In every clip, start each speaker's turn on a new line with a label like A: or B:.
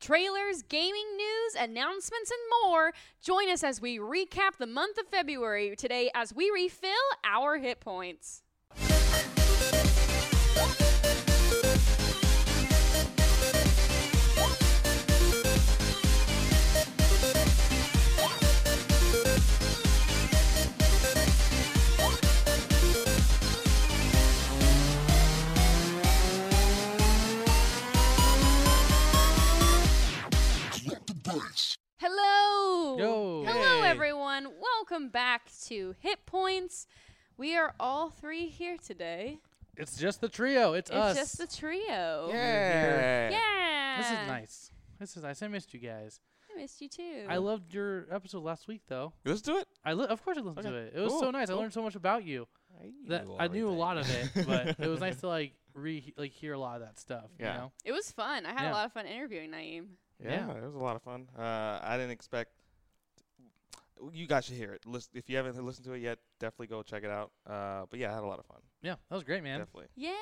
A: trailers, gaming news, announcements, and more. Join us as we recap the month of February today as we refill our hit points. Hello.
B: Yo.
A: Hello,
C: Hey.
A: everyone. Welcome back to Hit Points. We are all three here today.
B: It's just the trio. It's,
A: It's
B: us.
A: just the
B: Oh,
A: trio.
C: Yeah.
A: Yeah.
B: This is nice. This is nice. I missed you guys.
A: I missed you too.
B: I loved your episode last week, though.
C: Let's do it.
B: I li- of course I listened to
C: Okay.
B: it. It was so
C: Cool.
B: nice.
C: Cool.
B: I learned so much about you. That I knew a lot of it, but it was nice to like re like hear a lot of that stuff.
C: Yeah.
B: You know?
A: It was fun. I had a
B: Yeah.
A: lot of fun interviewing Naeem.
C: Yeah, it was a lot of fun. Uh, I didn't expect. You guys should hear it. Listen, if you haven't listened to it yet, definitely go check it out. Uh, but yeah, I had a lot of fun.
B: Yeah. That was great, man.
C: Definitely.
A: Yeah.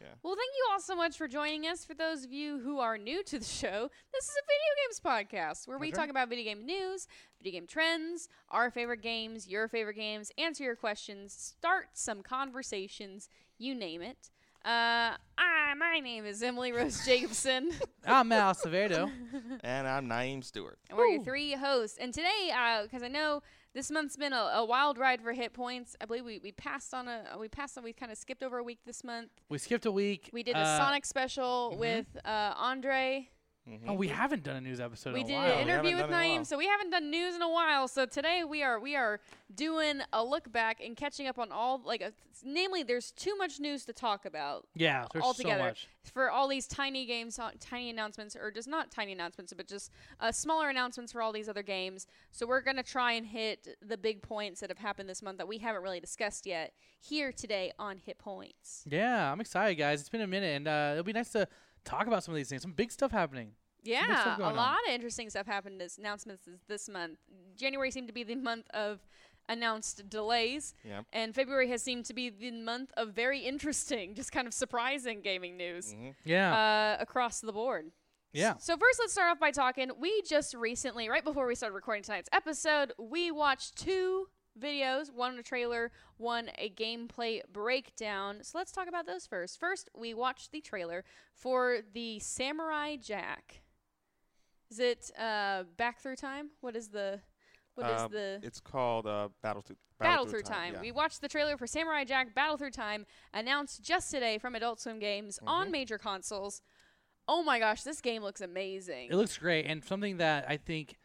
C: Yeah.
A: Well, thank you all so much for joining us. For those of you who are new to the show, this is a video games podcast where we
B: That's right.
A: talk about video game news, video game trends, our favorite games, your favorite games, answer your questions, start some conversations, you name it. Uh, I, my name is Emily Rose Jacobson,
B: I'm Mal Acevedo.
C: And I'm Naeem Stewart.
A: and we're your
B: Woo.
A: three hosts. And today, because I know this month's been a, a wild ride for hit points, I believe we, we passed on a we passed on we kind of skipped over a week this month.
B: we skipped a week.
A: We did a
B: uh,
A: Sonic special with uh, Andre.
C: Mm-hmm.
B: Oh, we haven't done a news episode.
A: We
B: in a
A: did
B: while.
A: an
C: We haven't
A: interview with
C: done it in a
A: Naeem,
C: while.
A: so we haven't done news in a while. So today we are we are doing a look back and catching up on all like, uh, namely, there's too much news to talk about
B: Yeah. There's
A: altogether
B: so much.
A: for all these tiny games, uh, tiny announcements, or just not tiny announcements, but just uh, smaller announcements for all these other games. So we're gonna try and hit the big points that have happened this month that we haven't really discussed yet here today on Hit Points.
B: Yeah. I'm excited, guys. It's been a minute, and uh, it'll be nice to talk about some of these things. Some big stuff happening. big stuff
A: Yeah, a
B: going on.
A: lot of interesting stuff happened as announcements this, this month. January seemed to be the month of announced delays,
C: Yeah.
A: and February has seemed to be the month of very interesting, just kind of surprising gaming news
C: hmm
B: Mm. Yeah.
A: uh, across the board.
B: yeah.
A: So first, let's start off by talking. We just recently, right before we started recording tonight's episode, we watched two videos, one a trailer, one a gameplay breakdown. So let's talk about those first. First, we watched the trailer for the Samurai Jack. Is it uh, back through time? What is the what is
C: Um,
A: the
C: It's called uh, Battle Through
A: Battle Through Time.
C: yeah.
A: We watched the trailer for Samurai Jack Battle Through Time, announced just today from Adult Swim Games on major consoles. Oh my gosh, this game looks amazing.
B: It looks great, and something that I think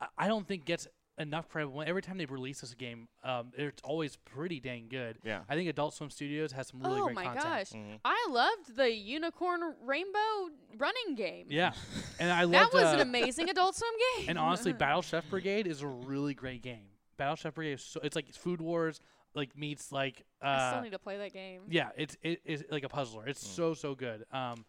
B: I- I don't think gets enough credit. When- Every time they release this game, um, it's always pretty dang good.
C: Yeah.
B: I think Adult Swim Studios has some really
A: oh
B: great
A: my
B: content. Mm-hmm.
A: gosh, I loved the unicorn rainbow running game.
B: Yeah, and I
A: that
B: loved
A: was
B: uh,
A: an amazing Adult Swim game.
B: and honestly, Battle Chef Brigade is a really great game. Battle Chef Brigade, is so, it's like Food Wars, like meets like uh,
A: I still need to play that game.
B: Yeah, it's it is like a puzzler. It's so so good. Um,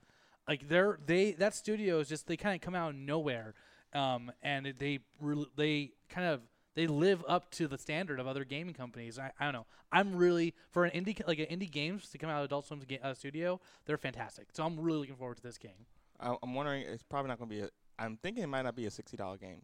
B: like they're they that studio is just they kind of come out of nowhere, um, and it- they re- they kind of they live up to the standard of other gaming companies. I, I don't know. I'm really for an indie like an indie games to come out of Adult Swim's ga- uh, studio, they're fantastic. So I'm really looking forward to this game.
C: I, I'm wondering. It's probably not going to be. a I'm thinking it might not be a sixty dollar game.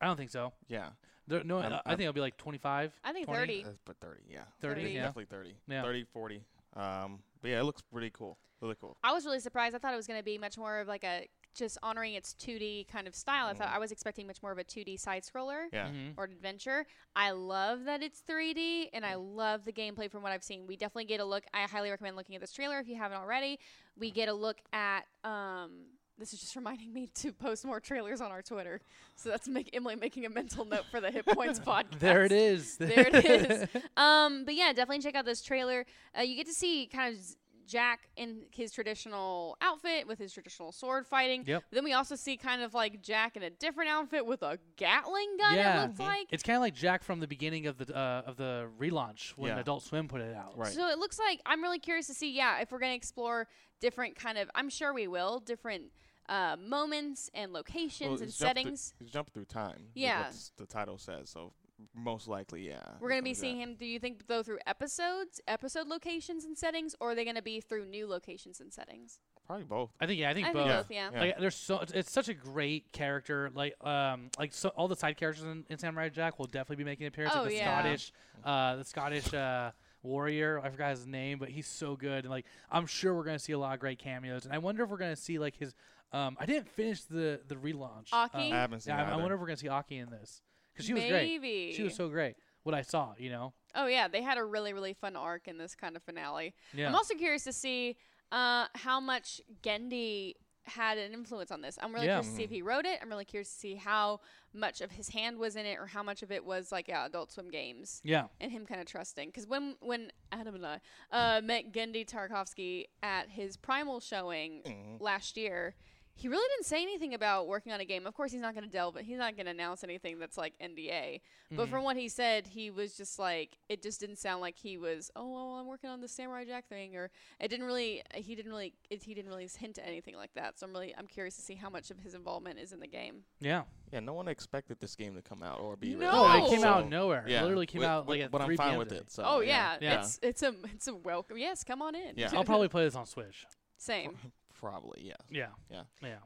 B: I don't think so.
C: Yeah.
B: There, no,
C: I'm-
B: i I
C: I'm-
B: think it'll be like 25.
A: I think
B: 20,
A: 30.
C: Uh, but thirty. Yeah.
B: 30,
A: Thirty.
B: yeah.
C: Definitely thirty.
B: Yeah.
C: Thirty, forty. Um. But yeah, it looks pretty cool. Really cool.
A: I was really surprised. I thought it was going to be much more of like a just honoring its 2D kind of style. I thought
B: Mm-hmm.
A: I was expecting much more of a 2D side scroller.
C: Yeah.
B: Mhm.
A: or an adventure. I love that it's 3D and I love the gameplay from what I've seen. We definitely get a look. I highly recommend looking at this trailer if you haven't already. We get a look at um this is just reminding me to post more trailers on our Twitter. So that's make Emily making a mental note for the Hit Points podcast.
B: There it is.
A: There it is. Um, but yeah, definitely check out this trailer. Uh, you get to see kind of Z- Jack in his traditional outfit with his traditional sword fighting.
B: Yep.
A: Then we also see kind of like Jack in a different outfit with a Gatling gun.
B: Yeah.
A: It looks like.
B: It's kind of like Jack from the beginning of the uh, of the relaunch when
C: Yeah.
B: Adult Swim put it out.
C: Right.
A: So it looks like I'm really curious to see, yeah, if we're going to explore different kind of, I'm sure we will, different uh, moments and locations
C: Well,
A: and
C: it's jump through-
A: settings.
C: it's jump through time. is what
A: Yeah.
C: s- the title says so. Most likely, yeah.
A: We're
C: it's
A: going to be
C: do that.
A: seeing him, do you think, though, through episodes, episode locations and settings, or are they going to be through new locations and settings?
C: Probably both.
B: I think yeah, I think
A: I
B: both.
A: think both, yeah.
C: Yeah.
B: Like there's so it's- it's such a great character. Like um like so all the side characters in, in Samurai Jack will definitely be making an appearance.
A: Oh,
B: like the
A: yeah.
B: Scottish uh the Scottish uh warrior, I forgot his name, but he's so good and like I'm sure we're gonna see a lot of great cameos and I wonder if we're gonna see like his um I didn't finish the the relaunch.
A: Aki?
C: I
B: Um,
C: haven't seen
B: yeah, I, I
C: either.
B: wonder if we're gonna see Aki in this. Because she was great.
A: Maybe.
B: She was so great. What I saw, you know?
A: oh yeah, they had a really really fun arc in this kind of finale.
B: Yeah.
A: I'm also curious to see uh, how much Gendy had an influence on this. I'm really
B: Yeah. Mm-hmm.
A: curious to see if he wrote it. I'm really curious to see how much of his hand was in it, or how much of it was like yeah, Adult Swim games
B: yeah.
A: and him kind of trusting. Because when when Adam and I uh, met Gendy Tarkovsky at his Primal showing
C: Mhm.
A: last year. He really didn't say anything about working on a game. Of course, he's not going to delve. He's not going to announce anything that's like NDA. But
B: Mhm.
A: from what he said, he was just like it just didn't sound like he was. Oh, well, I'm working on the Samurai Jack thing, or it didn't really. He didn't really. It, he didn't really hint at anything like that. So I'm really. I'm curious to see how much of his involvement is in the game.
B: Yeah.
C: Yeah, no one expected this game to come out or be.
A: No!
B: Oh,
A: Oh,
B: it came out
C: so-
B: of nowhere. It
C: Yeah,
B: literally came
C: wi-
B: out like
C: wi-
B: at
C: but
B: 3
C: I'm fine
B: p.m.
C: with
B: today.
C: it. So
A: oh yeah,
B: yeah.
A: it's it's a it's a welcome. Yes, come on in.
C: Yeah.
B: I'll probably play this on Switch.
A: Same.
C: probably yeah.
B: Yeah.
C: Yeah.
B: Yeah.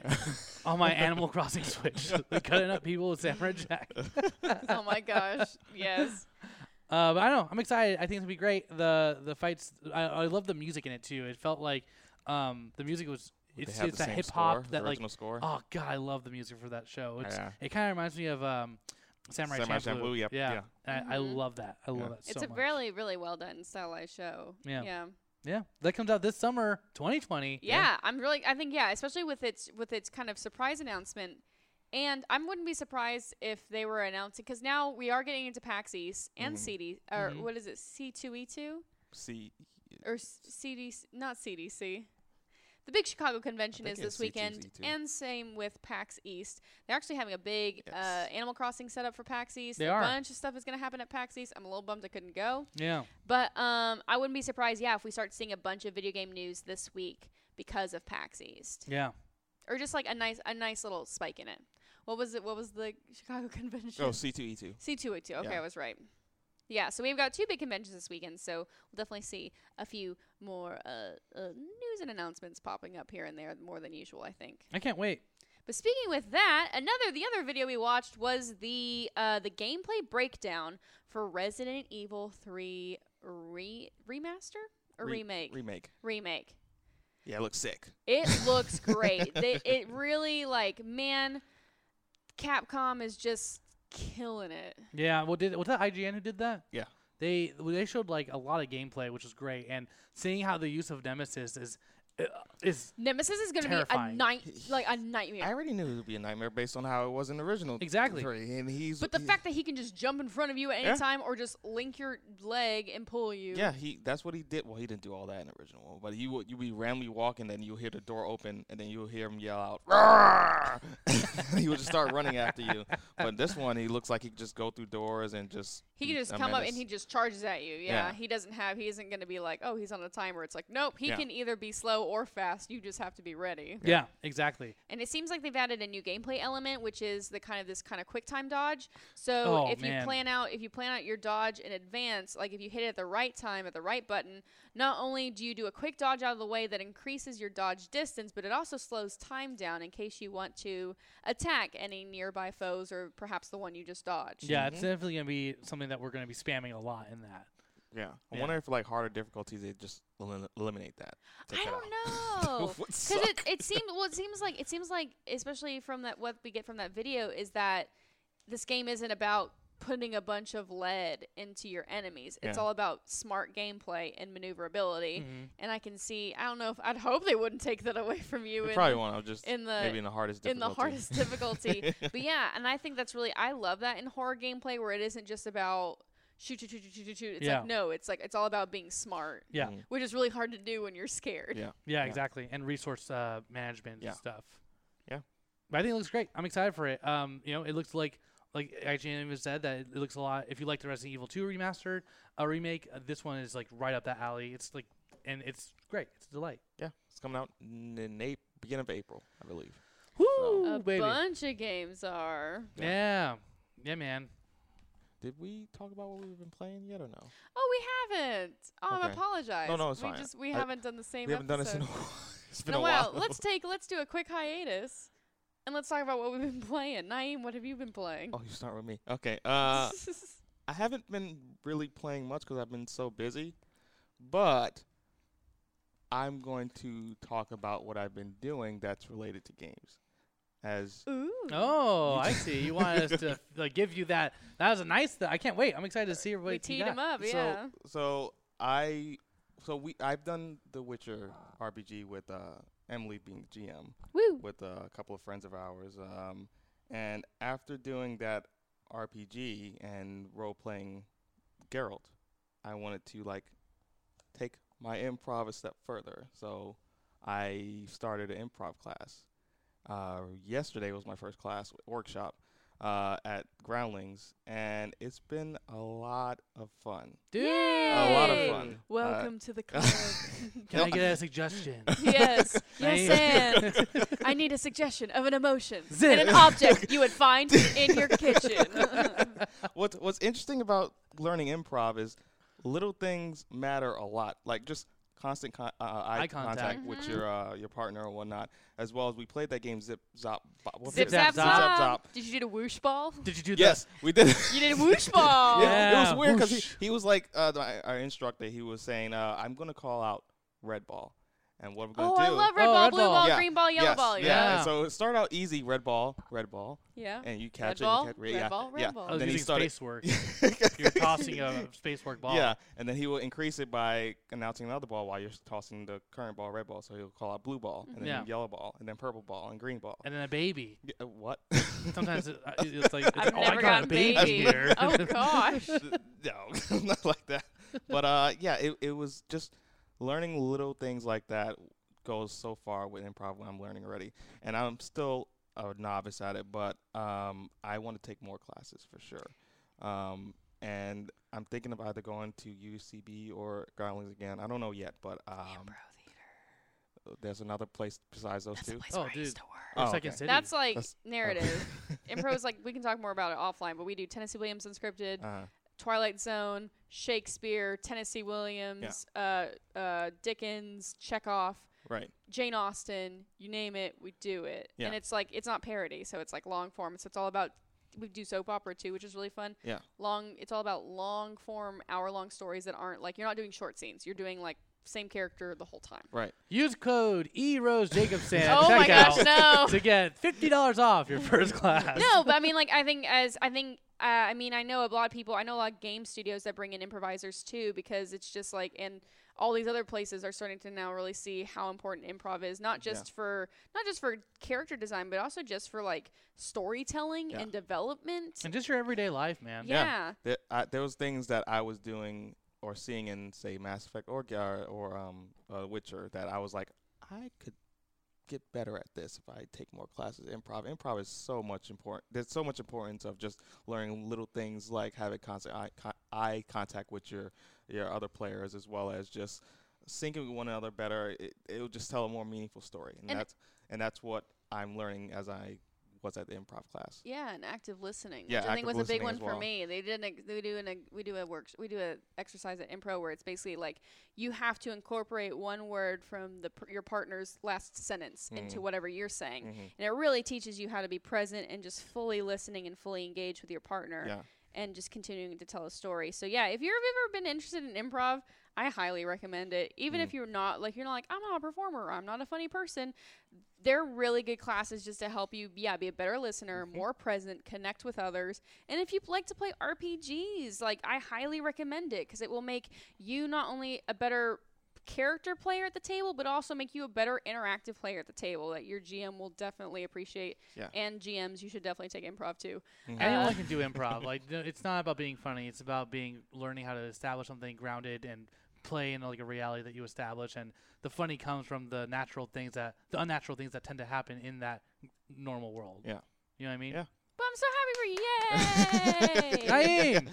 A: Definitely.
B: on my Animal Crossing Switch. Cutting up people with Samurai Jack. Uh,
A: oh my gosh. Yes.
B: but I don't know. I'm excited. I think it's gonna be great. The the fights. I, I love the music in it too. It felt like um the music was.
C: Would they
B: It's,
C: have
B: it's
C: the
B: that
C: same
B: hip
C: score,
B: hop
C: the
B: that like.
C: original score.
B: Oh god, I love the music for that show. It's,
C: Yeah.
B: It kind of reminds me of um Samurai,
C: Samurai
B: Champloo.
C: Champloo, yep,
B: Yeah.
C: yeah.
B: And I, I
A: Mhm.
B: love that. I love
C: Yeah.
B: that so
A: it's a
B: much.
A: really really well done stylized show.
B: Yeah.
A: Yeah.
B: yeah. That comes out this summer, 2020.
A: Yeah, I'm really. I think yeah, especially with its with its kind of surprise announcement, and I wouldn't be surprised if they were announcing because now we are getting into PAX East and
C: Mhm.
A: CD or
B: Mhm.
A: what is it C two E two
C: See,
A: or s- CDC not CDC. The big Chicago convention is
C: think it's
A: this
C: C2,
A: weekend,
C: C2.
A: and same with PAX East. They're actually having a big
C: Yes.
A: uh, Animal Crossing setup for PAX East.
B: They
A: a
B: are.
A: bunch of stuff is going to happen at PAX East. I'm a little bummed I couldn't go.
B: Yeah.
A: But um, I wouldn't be surprised, yeah, if we start seeing a bunch of video game news this week because of PAX East,
B: Yeah.
A: or just like a nice a nice little spike in it. What was it? What was the Chicago convention?
C: oh C two E two.
A: C two O two. Okay,
C: Yeah.
A: I was right. Yeah, so we've got two big conventions this weekend, so we'll definitely see a few more uh, uh, news and announcements popping up here and there more than usual, I think.
B: I can't wait.
A: But speaking with that, another the other video we watched was the uh, the gameplay breakdown for Resident Evil 3 re- remaster or
C: Re-
A: remake
C: Remake.
A: remake.
C: Yeah, it looks sick.
A: It looks great. they, it really like man, Capcom is just killing it.
B: Yeah, well, did was that IGN who did that?
C: Yeah.
B: they well, they showed like a lot of gameplay, which was great, and seeing how the use of Nemesis is uh, is
A: Nemesis is gonna be a
B: Terrifying.
A: night like a
C: I
A: nightmare.
C: already knew it would be a nightmare based on how it was in the original.
B: Exactly.
C: three, and he's
A: But the
C: he-
A: fact that he can just jump in front of you at any
C: Yeah.
A: time or just link your leg and pull you.
C: Yeah, he that's what he did. Well, he didn't do all that in the original one, but you would you be randomly walking, then you'll hear the door open, and then you'll hear him yell out, "Roar!" he would just start running after you. But this one, he looks like he could just go through doors and just
A: He
C: be
A: can just
C: a
A: come up
C: menace.
A: and he just charges at you. Yeah,
C: Yeah.
A: he doesn't have. He isn't going to be like, oh, he's on a timer. It's like, nope. He
C: Yeah.
A: can either be slow or fast. You just have to be ready.
B: yeah, exactly.
A: And it seems like they've added a new gameplay element, which is the kind of this kind of quick time dodge. So
B: Oh,
A: if
B: man.
A: you plan out if you plan out your dodge in advance, like if you hit it at the right time at the right button, not only do you do a quick dodge out of the way that increases your dodge distance, but it also slows time down in case you want to attack any nearby foes or perhaps the one you just dodged.
B: Yeah, it's definitely gonna be something that we're gonna be spamming a lot in that.
C: yeah. I
B: Yeah.
C: wonder if like harder difficulties they just elim- eliminate that. Take
A: I
C: that
A: don't know.
C: Would
A: Because it,
C: suck.
A: it seems well, it seems like it seems like especially from that what we get from that video is that this game isn't about putting a bunch of lead into your enemies. It's
C: Yeah. Mm-hmm.
A: all about smart gameplay and maneuverability.
B: Mhm.
A: And I can see I don't know if I'd hope they wouldn't take that away from you
C: They
A: in,
C: probably want to just
A: in the
C: maybe in the hardest difficulty.
A: in the hardest difficulty. but yeah, and I think that's really I love that in horror gameplay where it isn't just about shoot shoot shoot shoot, shoot shoot. shoot. It's
B: Yeah.
A: like no, it's like it's all about being smart.
B: Yeah,
C: Mhm.
A: Which is really hard to do when you're scared.
C: yeah.
B: yeah, exactly, and resource uh, management
C: Yeah.
B: and stuff.
C: Yeah.
B: but I think it looks great. I'm excited for it. Um, you know, it looks like like IGN even said that it looks a lot. If you like the Resident Evil 2 remastered, a remake, uh, this one is like right up that alley. It's like, and it's great. It's a delight.
C: Yeah. It's coming out in, in April, beginning of April, I believe.
B: Woo,
A: a
B: baby.
A: bunch of games are.
B: Yeah. Yeah, man.
C: Did we talk about what we've been playing yet or no?
A: Oh, we haven't. Oh, I
C: Okay.
A: apologize.
C: No, no, it's
A: we
C: fine.
A: Just, we
C: I-
A: haven't done the same.
C: we haven't done this in a
A: episode.
C: while. It's been
A: Noel,
C: a while.
A: let's take let's do a quick hiatus and let's talk about what we've been playing. Naeem, what have you been playing?
C: Oh, you start with me. Okay. Uh, I haven't been really playing much because I've been so busy, but I'm going to talk about what I've been doing that's related to games. As
A: Ooh.
B: Oh, I see. You want us to like, give you that. That was a nice. Th- I can't wait. I'm excited to see everybody.
A: we teed him up,
C: so,
A: yeah.
C: so I, so we, I've done the Witcher RPG with uh, Emily being the GM.
A: Woo.
C: with uh, a couple of friends of ours. Um, and after doing that RPG and role playing Geralt, I wanted to like take my improv a step further. So I started an improv class. Uh, yesterday was my first class w- workshop uh, at Groundlings, and it's been a lot of fun.
B: Dude,
A: Yay.
C: A lot of fun. Uh,
A: Welcome to the club.
B: Can I get a suggestion?
A: yes. Yes, and
B: Naeem.
A: I need a suggestion of an emotion
B: Zip.
A: and an object you would find in your kitchen.
C: what's what's interesting about learning improv is little things matter a lot. Like just constant con- uh, uh, eye,
B: Eye
C: contact,
B: contact.
A: Mm-hmm.
C: with your uh, your partner or whatnot. As well as we played that game Zip Zop. Bop, what was
A: Zip
C: it?
A: zap
B: Zip, zap,
A: zop.
C: zop.
A: Did you do a whoosh ball?
B: Did you do that?
C: Yes, we did.
A: You did a whoosh ball.
C: yeah, it
B: Yeah,
C: was weird because
B: whoosh.
C: he, he was like uh, the, our- our instructor. He was saying, uh, "I'm gonna call out red ball, and what we're gonna
A: Oh,
C: do."
A: I love red
B: Oh,
A: ball,
B: red
A: blue
B: ball.
A: ball,
C: Yeah,
A: green ball, yellow
C: yes,
A: ball.
C: Yeah.
A: Yeah.
B: Yeah.
C: So it started out easy. Red ball, red ball,
A: Yeah.
C: and you
A: Red
C: catch it.
A: ball,
C: you catch,
A: red
C: yeah,
A: ball, red
C: yeah.
A: ball.
B: I was
C: then he
B: using
C: started.
B: space work. You're tossing a space work ball.
C: Yeah, and then he will increase it by announcing another ball while you're s- tossing the current ball, red ball. So he'll call out blue ball, and then
B: Mm-hmm. Yeah.
C: yellow ball, and then purple ball, and green ball.
B: And then a baby.
C: Y- uh, what?
B: Sometimes it, uh, it- it's like, it's,
A: I've
B: oh,
A: never
B: I got
A: gotten
B: a baby,
A: baby.
B: here.
A: Oh gosh.
C: Um, no, not like that. But uh, yeah, it it was just learning little things like that goes so far with improv when I'm learning already, and I'm still a novice at it, but um, I want to take more classes for sure. Um, and I'm thinking of either going to UCB or Groundlings again. I don't know yet, but um, there's another place besides those two.
B: Oh, I dude. used
C: Oh,
B: Second
C: okay.
B: City.
A: That's like
C: That's-
A: narrative. Impro is like we can talk more about it offline, but we do Tennessee Williams unscripted,
C: Uh,
A: Twilight Zone, Shakespeare, Tennessee Williams, uh, uh, Dickens, Chekhov,
C: right.
A: Jane Austen. You name it, we do it.
C: Yeah.
A: And it's like it's not parody, so it's like long form. So it's all about we do soap opera too, which is really fun.
C: Yeah.
A: Long. It's all about long form, hour long stories that aren't like you're not doing short scenes. You're doing like same character the whole time.
C: Right.
B: Use code E Rose Jacobson. at
A: Oh my gosh,
B: checkout
A: no.
B: To get fifty dollars off your first class.
A: no, but I mean, like, I think as I think, uh, I mean, I know a lot of people. I know a lot of game studios that bring in improvisers too, because it's just like, and all these other places are starting to now really see how important improv is, not
C: Yeah.
A: just for not just for character design, but also just for like storytelling
C: Yeah. um,
A: and development.
B: And just your everyday life, man.
A: yeah.
C: There, I, there was things that I was doing or seeing in say Mass Effect or Gar- or um uh, Witcher that I was like, I could get better at this if I take more classes. Improv. Improv is so much important. There's so much importance of just learning little things like having constant eye, con- eye contact with your your other players as well as just syncing with one another better. It, it'll just tell a more meaningful story, and,
A: And-
C: that's and that's what I'm learning as I was at the improv class.
A: Yeah, and active listening,
C: Yeah,
A: which I think
C: active
A: was a big
C: listening
A: one
C: as
A: for
C: well.
A: me. They did an ex- they do an ex- we do a work we do a exercise at Impro where it's basically like you have to incorporate one word from the per- your partner's last sentence
C: Mm.
A: into whatever you're saying,
C: Mm-hmm.
A: and it really teaches you how to be present and just fully listening and fully engaged with your partner,
C: Yeah.
A: and just continuing to tell a story. So yeah, if you've ever been interested in improv. I highly recommend it. Even if you're not like you're not like I'm not a performer, or I'm not a funny person, they're really good classes just to help you yeah be a better listener more present connect with others and if you like to play rpgs like i highly recommend it because it will make you not only a better character player at the table but also make you a better interactive player at the table that your gm will definitely appreciate
C: Yeah.
A: and gms you should definitely take improv too
C: Mm-hmm.
B: Anyone
A: Uh,
B: can do improv. Like no, it's not about being funny. It's about being learning how to establish something grounded and play in like a reality that you establish. And the funny comes from the natural things that the unnatural things that tend to happen in that normal world.
C: Yeah.
B: You know what I mean?
C: Yeah.
A: but i'm so happy for you yay
B: Naeem,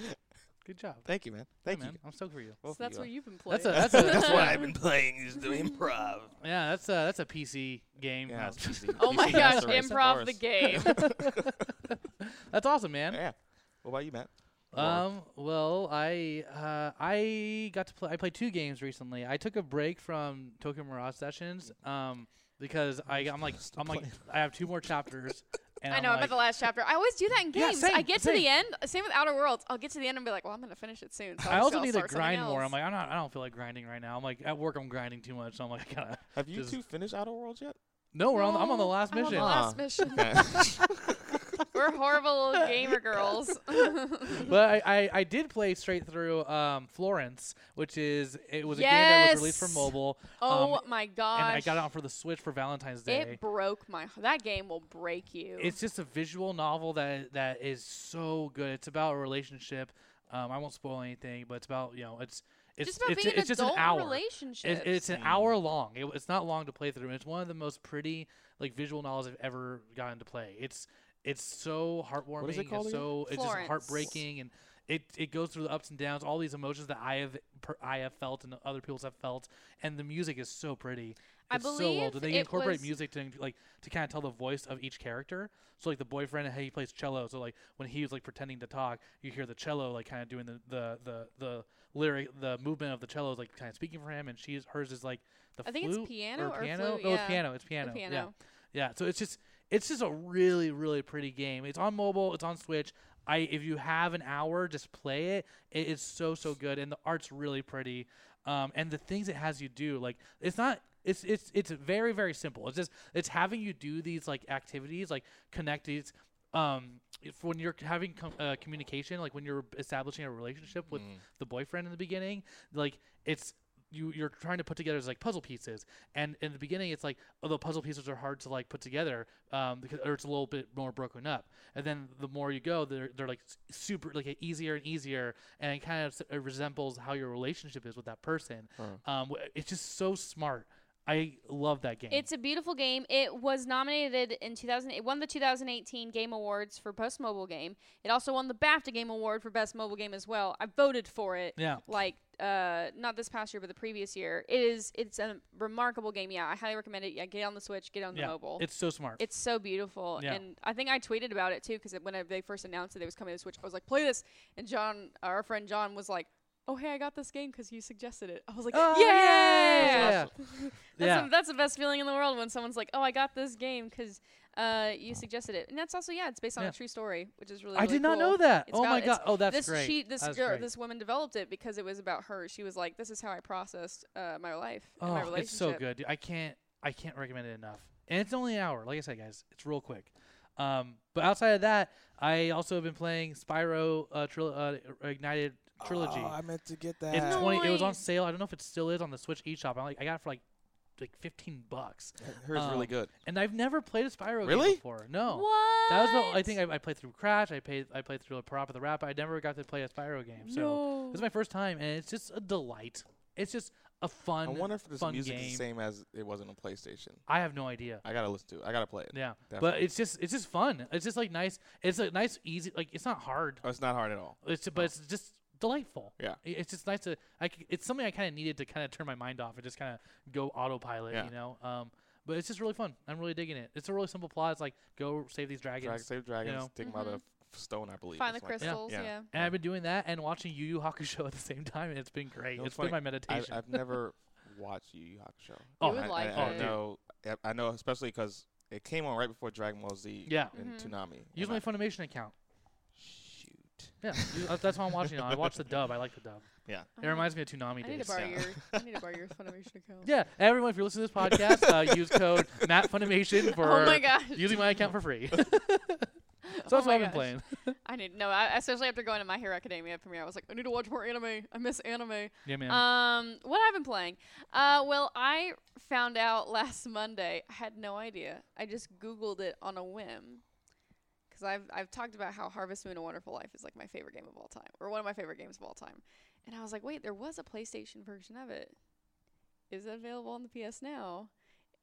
B: good job.
C: Thank you, man. Thank
B: Hey,
C: you.
B: man, I'm stoked for you.
A: so
C: Both of
A: that's
C: you.
A: what you've been playing
B: That's a that's a
C: That's what I've been playing is the improv.
B: yeah that's a that's a PC game.
C: Yeah,
B: That's-
C: it's easy.
A: oh my
C: Easy
A: gosh
C: answer is
A: improv the
C: Boris.
A: game
B: That's awesome, man.
C: Yeah. What about you, Matt? Or-
B: Um. Well, I uh, I got to play. I played two games recently. I took a break from Tokyo Mirage Sessions. Um, because I I'm like
C: Still
B: I'm like
C: playing.
B: I have two more chapters. And
A: I know.
B: I'm
A: I'm
B: like,
A: at the last chapter. I always do that in
B: Yeah,
A: games.
B: same,
A: I get to
B: same.
A: the end. Same with Outer Worlds. I'll get to the end and be like, well, I'm gonna finish it soon. So
B: I
A: I'll
B: also
A: still
B: need to
A: start something
B: grind more. I'm
A: else.
B: like I'm not. I don't feel like grinding right now. I'm like at work. I'm grinding too much. So I'm like I gotta.
C: Have you
B: Just-
C: two finished Outer Worlds yet?
B: No, "Oh, we're on. The, I'm on the
A: No,
B: last
A: I'm on
B: mission.
A: the last
C: Ah.
A: mission.
C: Okay.
A: We're horrible little gamer girls.
B: Um, but I, I, I did play straight through um, Florence, which is it was a game that was released for
A: Yes.
B: mobile.
A: oh
B: um,
A: my gosh.
B: and I got it on for the Switch for Valentine's Day.
A: It broke my. That game will break you.
B: it's just a visual novel that that is so good. It's about a relationship. Um, I won't spoil anything, but it's about you know it's it's
A: just about
B: it's,
A: being
B: it's
A: an
B: just an
A: adult
B: hour.
A: relationship.
B: It, it's an hour long. It, it's not long to play through. And it's one of the most pretty like visual novels I've ever gotten to play. It's it's so heartwarming.
C: is it
B: and
C: called again?
B: so it's just
A: Florence.
B: heartbreaking and. It, it goes through the ups and downs, all these emotions that I have per, I have felt and other people's have felt, and the music is so pretty.
A: I
B: It's so well
A: believe
B: done. They
A: it
B: incorporate
A: was-
B: music to like to kind of tell the voice of each character. So like the boyfriend, how he plays cello. So like when he was like pretending to talk, you hear the cello like kind of doing the the the the lyric, the movement of the cello is like kind of speaking for him, and she's hers is like the
A: I think it's
B: flute
A: piano or
B: piano. Oh,
A: flute,
B: no, it's
A: yeah.
B: piano. It's piano.
A: piano.
B: Yeah, yeah. So it's just it's just a really really pretty game. It's on mobile. It's on Switch. I if you have an hour, just play it. It is so so good, and the art's really pretty. Um, and the things it has you do, like it's not. It's, it's it's very very simple. It's just it's having you do these like activities, like connect these. Um, if when you're having com- uh, communication, like when you're establishing a relationship with the boyfriend in the beginning, like it's you you're trying to put together as like puzzle pieces and in the beginning it's like oh the puzzle pieces are hard to like put together um because or it's a little bit more broken up and then the more you go they're they're like s- super like easier and easier and it kind of s- it resembles how your relationship is with that person um wh- it's just so smart i love that game
A: It's a beautiful game. It was nominated in 2000. It won the 2018 Game Awards for Best Mobile Game. It also won the BAFTA Game Award for Best Mobile Game as well. I voted for it.
B: yeah
A: Like, uh, not this past year, but the previous year. It is. It's a remarkable game. Yeah, I highly recommend it. Yeah, get it on the Switch. Get it on
B: Yeah.
A: the mobile.
B: it's so smart
A: It's so beautiful,
B: Yeah.
A: and I think I tweeted about it too because when I, they first announced that it was coming to Switch, I was like, "Play this!" And John, our friend John, was like, "Oh hey, I got this game because you suggested it." I was like,
B: Oh,
A: "Yeah,
B: yeah.
A: That's,
B: Yeah.
A: The, that's the best feeling in the world when someone's like, "Oh, I got this game because uh, you suggested it," and that's also yeah, it's based on
B: Yeah.
A: a true story, which is really.
B: i
A: really
B: did not know
A: cool.
B: that
A: It's
B: oh my
A: valid. It's-
B: god oh that's
A: this
B: great
A: she this
B: That's
A: girl
B: great.
A: this woman developed it because it was about her. She was like, "This is how I processed uh, my life and my
B: Oh,
A: relationship."
B: it's so good. dude. I can't I can't recommend it enough. And it's only an hour. Like I said, guys, it's real quick. Um, but outside of that, I also have been playing Spyro uh, tril- uh, Ignited Trilogy.
C: Oh, I meant to get that.
B: it's
A: No
B: twenty. It was on
A: way.
B: sale. I don't know if it still is on the Switch eShop. I like I got it for like like fifteen bucks.
C: Hers really
B: um,
C: good.
B: And I've never played a Spyro game
C: Really?
B: before. No.
A: What?
B: Oh. That was the. I think I, I played through Crash. I played. I played through Parappa the Rapper. I never got to play a Spyro game. So
A: no.
B: this is my first time, and it's just a delight. It's just a fun.
C: I wonder if this
B: fun
C: music
B: game.
C: is the same as it was on the PlayStation.
B: I have no idea.
C: I gotta listen to it. I gotta play it.
B: Yeah, but
C: Definitely.
B: it's just it's just fun. It's just like nice. It's a nice, easy. Like it's not hard.
C: Oh, it's not hard at all.
B: It's but it's just delightful.
C: Yeah.
B: I- it's just nice to. I c- it's something I kind of needed to kind of turn my mind off and just kind of go autopilot.
C: Yeah.
B: You know. Um, but it's just really fun. I'm really digging it. It's a really simple plot. It's like go save these dragons.
C: Drag, save dragons,
B: know.
C: take 'em out
A: Mhm.
C: of stone, I believe.
A: Find the
C: or something like that.
A: crystals.
C: Yeah.
A: yeah.
B: And I've been doing that and watching Yu Yu Hakusho at the same time, and it's been great.
C: know,
B: It's
C: it's
B: been
C: funny.
B: my meditation.
C: I've, I've never watched Yu Yu Hakusho.
B: Oh,
A: would
C: I,
A: like
C: I, I
B: it.
C: know. I- I know, especially because it came on right before Dragon Ball Z.
B: yeah.
C: And
A: Mhm.
C: Toonami. and
B: Use
C: I-
B: my Funimation account.
C: Shoot.
B: Yeah, you- that's- that's what I'm watching. it on. I watch the dub. I like the dub. It reminds me of Toonami days.
A: Uh-huh. I need to borrow
C: Yeah.
A: your. I need to borrow your Funimation account.
B: Yeah, everyone, if you're listening to this podcast, uh, use code MattFunimation for
A: oh my gosh.
B: using my account for free. so
A: Oh
B: that's what
A: my
B: I've been
A: gosh.
B: playing.
A: I need no. I, especially after going to My Hero Academia premiere, I was like, I need to watch more anime. I miss anime.
B: Yeah, man.
A: Um, what I've been playing. Uh, well, I found out last Monday. I had no idea. I just Googled it on a whim. Because I've, I've talked about how Harvest Moon A Wonderful Life is like my favorite game of all time, or one of my favorite games of all time. And I was like, wait, there was a PlayStation version of it. Is it available on the PS Now?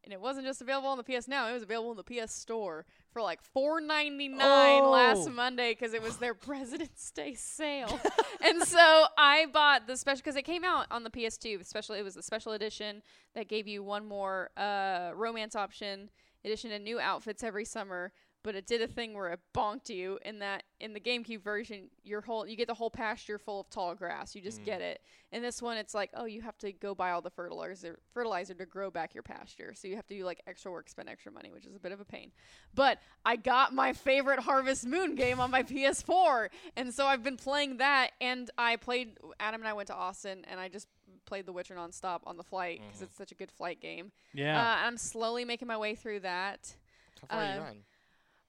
A: And it wasn't just available on the PS Now, it was available in the PS Store for like four ninety nine
B: Oh.
A: last Monday because it was their President's Day sale. and so I bought the special because it came out on the PS2. Special, it was the special edition that gave you one more uh, romance option addition to new outfits every summer, but it did a thing where it bonked you in that in the GameCube version, your whole you get the whole pasture full of tall grass. You just
C: Mm.
A: get it. In this one, it's like, oh, you have to go buy all the fertilizer fertilizer to grow back your pasture. So you have to do like extra work, spend extra money, which is a bit of a pain. But I got my favorite Harvest Moon game on my PS4, and so I've been playing that. And I played Adam and I went to Austin, and I just played The Witcher nonstop on the flight because
C: Mhm.
A: it's such a good flight game.
B: Yeah.
A: Uh, I'm slowly making my way through that.
C: How far are you
A: Uh,
C: on?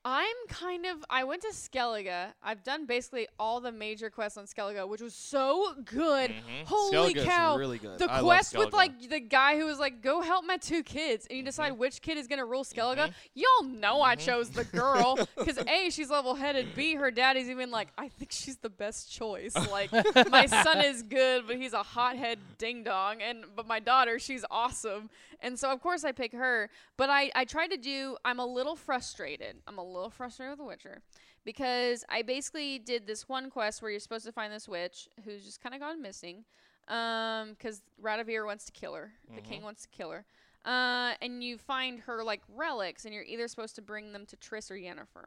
A: I'm kind of. I went to Skellige. I've done basically all the major quests on Skellige, which was so good.
C: Mhm.
A: Holy
C: Skellige's
A: cow!
C: Really good.
A: the
C: I love
A: quest with
C: Skellige.
A: like the guy who was like, "Go help my two kids," and you decide which kid is gonna rule Skellige. Y'all know I
C: Mhm.
A: chose the girl because a she's level-headed. B her daddy's even like, "I think she's the best choice." Like uh, my son is good, but he's a hothead ding dong, and but my daughter she's awesome, and so of course I pick her. But I I tried to do. I'm a little frustrated. I'm a little frustrated with The Witcher because I basically did this one quest where you're supposed to find this witch who's just kind of gone missing, um, because Radivir wants to kill her. The king wants to kill her. Uh, and you find her like relics, and you're either supposed to bring them to Triss or Yennefer.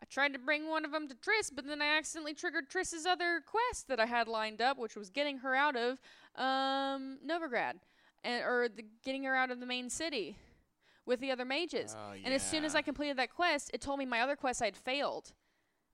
A: I tried to bring one of them to Triss, but then I accidentally triggered Triss's other quest that I had lined up, which was getting her out of um, Novigrad, and or the, getting her out of the main city with the other mages.
C: Oh,
A: And as soon as
C: yeah.
A: I completed that quest, it told me my other quest I had failed.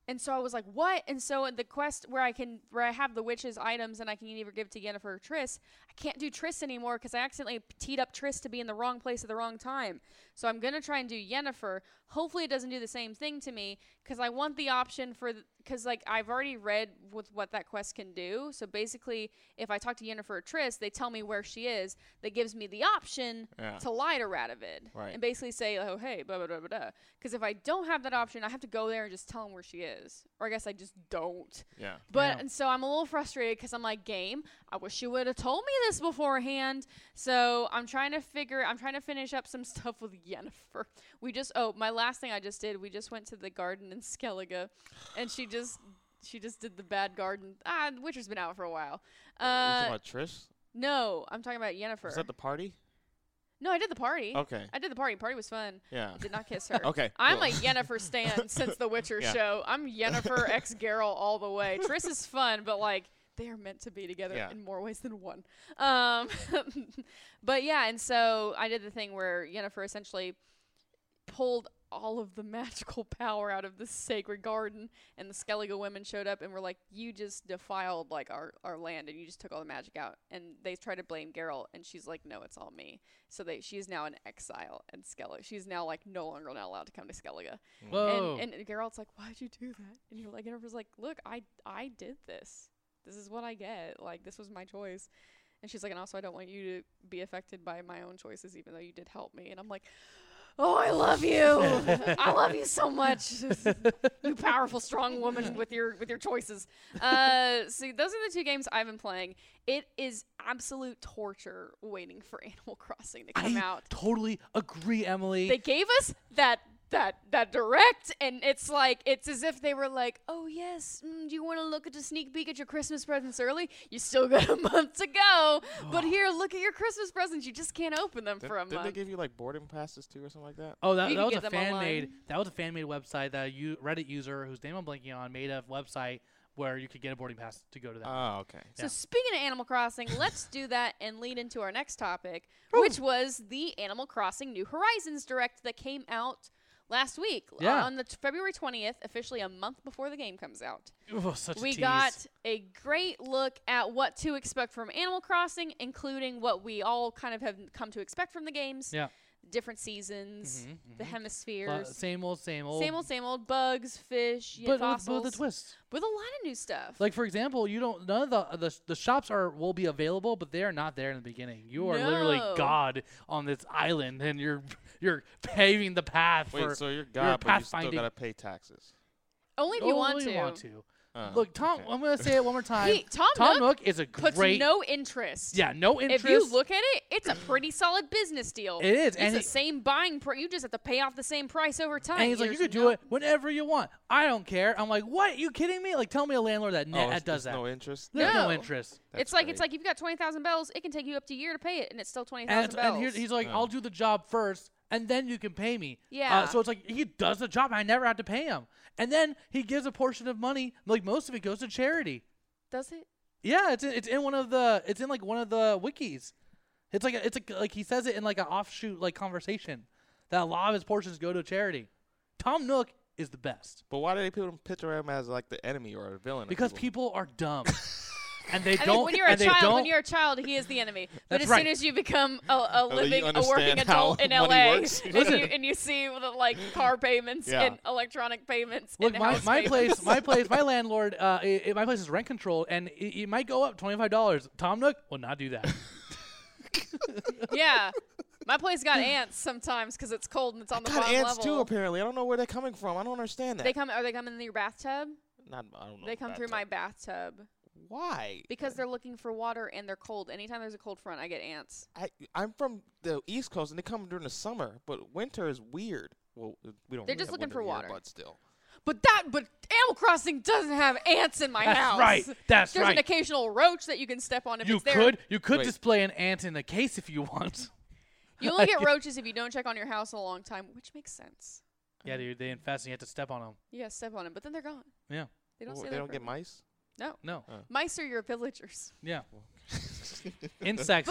A: And so I was like, "What?" And so the quest where I can, where I have the witch's items and I can either give to Yennefer or Triss, I can't do Triss anymore because I accidentally teed up Triss to be in the wrong place at the wrong time. So I'm gonna try and do Yennefer. Hopefully, it doesn't do the same thing to me because I want the option for because like I've already read with what that quest can do. So basically, if I talk to Yennefer or Triss, they tell me where she is. That gives me the option
C: Yeah.
A: to lie to Radovid
C: Right.
A: and basically say, oh, hey, blah, blah, blah, blah, blah. Because if I don't have that option, I have to go there and just tell him where she is. Or I guess I just don't.
C: Yeah.
A: But
B: Yeah.
A: and so I'm a little frustrated because I'm like, game, I wish you would have told me this beforehand. So I'm trying to figure, I'm trying to finish up some stuff with Yennefer. We just, oh, my last thing I just did, we just went to the garden in Skellige and she just, she just did the bad garden. Ah, The Witcher's been out for a while.
C: Uh,
A: Uh,
C: about Trish?
A: no, I'm talking about
C: Was
A: Yennefer.
C: that the Oh. party?
A: no, I did the party.
C: Okay.
A: I did the party. Party was fun.
C: Yeah.
A: I did not kiss her.
C: Okay.
A: I'm
C: cool.
A: a Yennefer stan since The Witcher
C: Yeah.
A: show. I'm Yennefer ex Geralt all the way. Triss is fun, but like they are meant to be together
C: Yeah.
A: in more ways than one. Um, but yeah, and so I did the thing where Yennefer essentially pulled all of the magical power out of the sacred garden, and the Skellige women showed up and were like, "You just defiled like our our land, and you just took all the magic out." And they try to blame Geralt, and she's like, "No, it's all me." So they she's now in exile and Skellige. She's now like no longer not allowed to come to Skellige.
B: Whoa.
A: And and Geralt's like, why'd you do that? And you're like, Jennifer's like, look, I I did this. This is what I get. Like this was my choice. And she's like, and also I don't want you to be affected by my own choices, even though you did help me. And I'm like, oh, I love you. I love you so much. you powerful, strong woman with your with your choices. Uh, see, those are the two games I've been playing. It is absolute torture waiting for Animal Crossing to come
B: I
A: out
B: totally agree, Emily.
A: they gave us that that that direct and it's like it's as if they were like oh yes mm, do you want to look at the sneak peek at your christmas presents early you still got a month to go but here look at your christmas presents you just can't open them
C: Did,
A: for a
C: didn't they
A: month
C: give you like boarding passes too or something like that?
B: Oh, that,
A: You
B: that
A: can
B: was
A: get
B: a
A: them
B: fan made.
A: online.
B: That was a fan made website that you Reddit user whose name I'm blanking on made a website where you could get a boarding pass to go to that.
C: Oh, okay.
A: so
B: yeah.
A: speaking of animal crossing let's do that and lead into our next topic which was the animal crossing new horizons direct that came out last week uh,
B: Yeah.
A: on the t- february 20th officially a month before the game comes out
B: Ugh, such a
A: we
B: tease.
A: got a great look at what to expect from Animal Crossing, including what we all kind of have come to expect from the games.
B: Yeah.
A: Different seasons,
B: Mhm,
A: the
B: mhm. Lo-
A: hemispheres.
B: same old, same old.
A: same old, same old. Bugs, fish, yeah,
B: But with,
A: fossils.
B: but with a twist.
A: with a lot of new stuff.
B: Like for example, you don't none of the the, the shops are will be available, but they are not there in the beginning. You are literally
A: No.
B: God on this island, and you're you're paving the path for
C: Wait, so you're God, but you still
B: pathfinding-
C: gotta pay taxes.
A: Only if you want
B: only
A: to.
B: oh, want to.
C: Uh,
B: Look, Tom.
C: okay.
B: I'm gonna say it one more time.
A: He- Tom
B: Tom
A: Nook
B: Nook is a
A: Puts
B: great.
A: no interest.
B: yeah, no interest.
A: If you look at it, it's a pretty solid business deal.
B: It is,
A: It's
B: and
A: the
B: he-
A: same buying price. You just have to pay off the same price over time.
B: And he's like, you
A: There's
B: could do
A: no-
B: it whenever you want. I don't care. I'm like, what? You kidding me? Like, tell me a landlord that
C: Oh,
B: net
C: it's-
B: that does
C: it's
B: that.
C: No interest.
B: There's
A: No.
B: no interest.
C: That's
A: it's like it's
C: great.
A: like if you got twenty thousand bells, it can take you up to a year to pay it, and it's still twenty
B: And,
A: thousand
B: it's-
A: bells.
B: and here, he's like,
C: Yeah.
B: I'll do the job first, and then you can pay me.
A: Yeah.
B: Uh, so it's like he does the job. I never have to pay him. And then he gives a portion of money, like most of it goes to charity.
A: Does it?
B: Yeah, it's in, it's in one of the it's in like one of the wikis. It's like a, it's like like he says it in like an offshoot like conversation that a lot of his portions go to charity. Tom Nook is the best
C: But why do they people picture him as like the enemy or a villain? of
B: because people are dumb and they
A: I
B: don't.
A: mean, when you're a
B: and they
A: child, when
B: don't-
A: you're a child, he is the enemy. But
B: That's
A: as
B: right.
A: soon as you become a, a
C: Oh, you
A: living, a working
C: understand how
A: adult in
C: money
A: LA,
C: works.
A: and,
B: Listen.
A: you, and you see the, like car payments
C: Yeah.
A: and electronic payments.
B: Look,
A: and
B: my,
A: house
B: my
A: payments.
B: place, my place, my landlord, uh, i i- my place is rent controlled, and it, it might go up twenty five dollars. Tom Nook will not do that.
A: yeah, my place got ants sometimes because it's cold and it's on the
C: God,
A: bottom
C: ants
A: level.
C: too. Apparently, I don't know where they're coming from. I don't understand that.
A: They come. Are they coming in your bathtub?
C: Not, I don't know.
A: They come
C: about
A: through
C: that.
A: my bathtub
C: Why?
A: because they're looking for water and they're cold. Anytime there's a cold front, I get ants.
C: I I'm from the East Coast and they come during the summer, but winter is weird. Well, uh, we don't.
A: They're
C: really
A: just
C: have
A: looking
C: winter
A: for
C: here,
A: water.
C: but still.
A: But that, but Animal Crossing doesn't have ants in my
B: That's
A: house.
B: right. That's
A: There's an
B: right.
A: occasional roach that you can step on if
B: you
A: it's there.
B: could you could
C: Wait.
B: display an ant in a case if you want.
A: You only get roaches if you don't check on your house in a long time, which makes sense.
B: Yeah, dude, they infest and you have to step on them.
A: You gotta step on them, but then they're gone.
B: Yeah,
A: They don't.
C: Well,
A: stay
C: they
A: there
C: don't get
A: forever.
C: mice.
A: No,
B: no,
A: mice are your villagers.
B: yeah. insects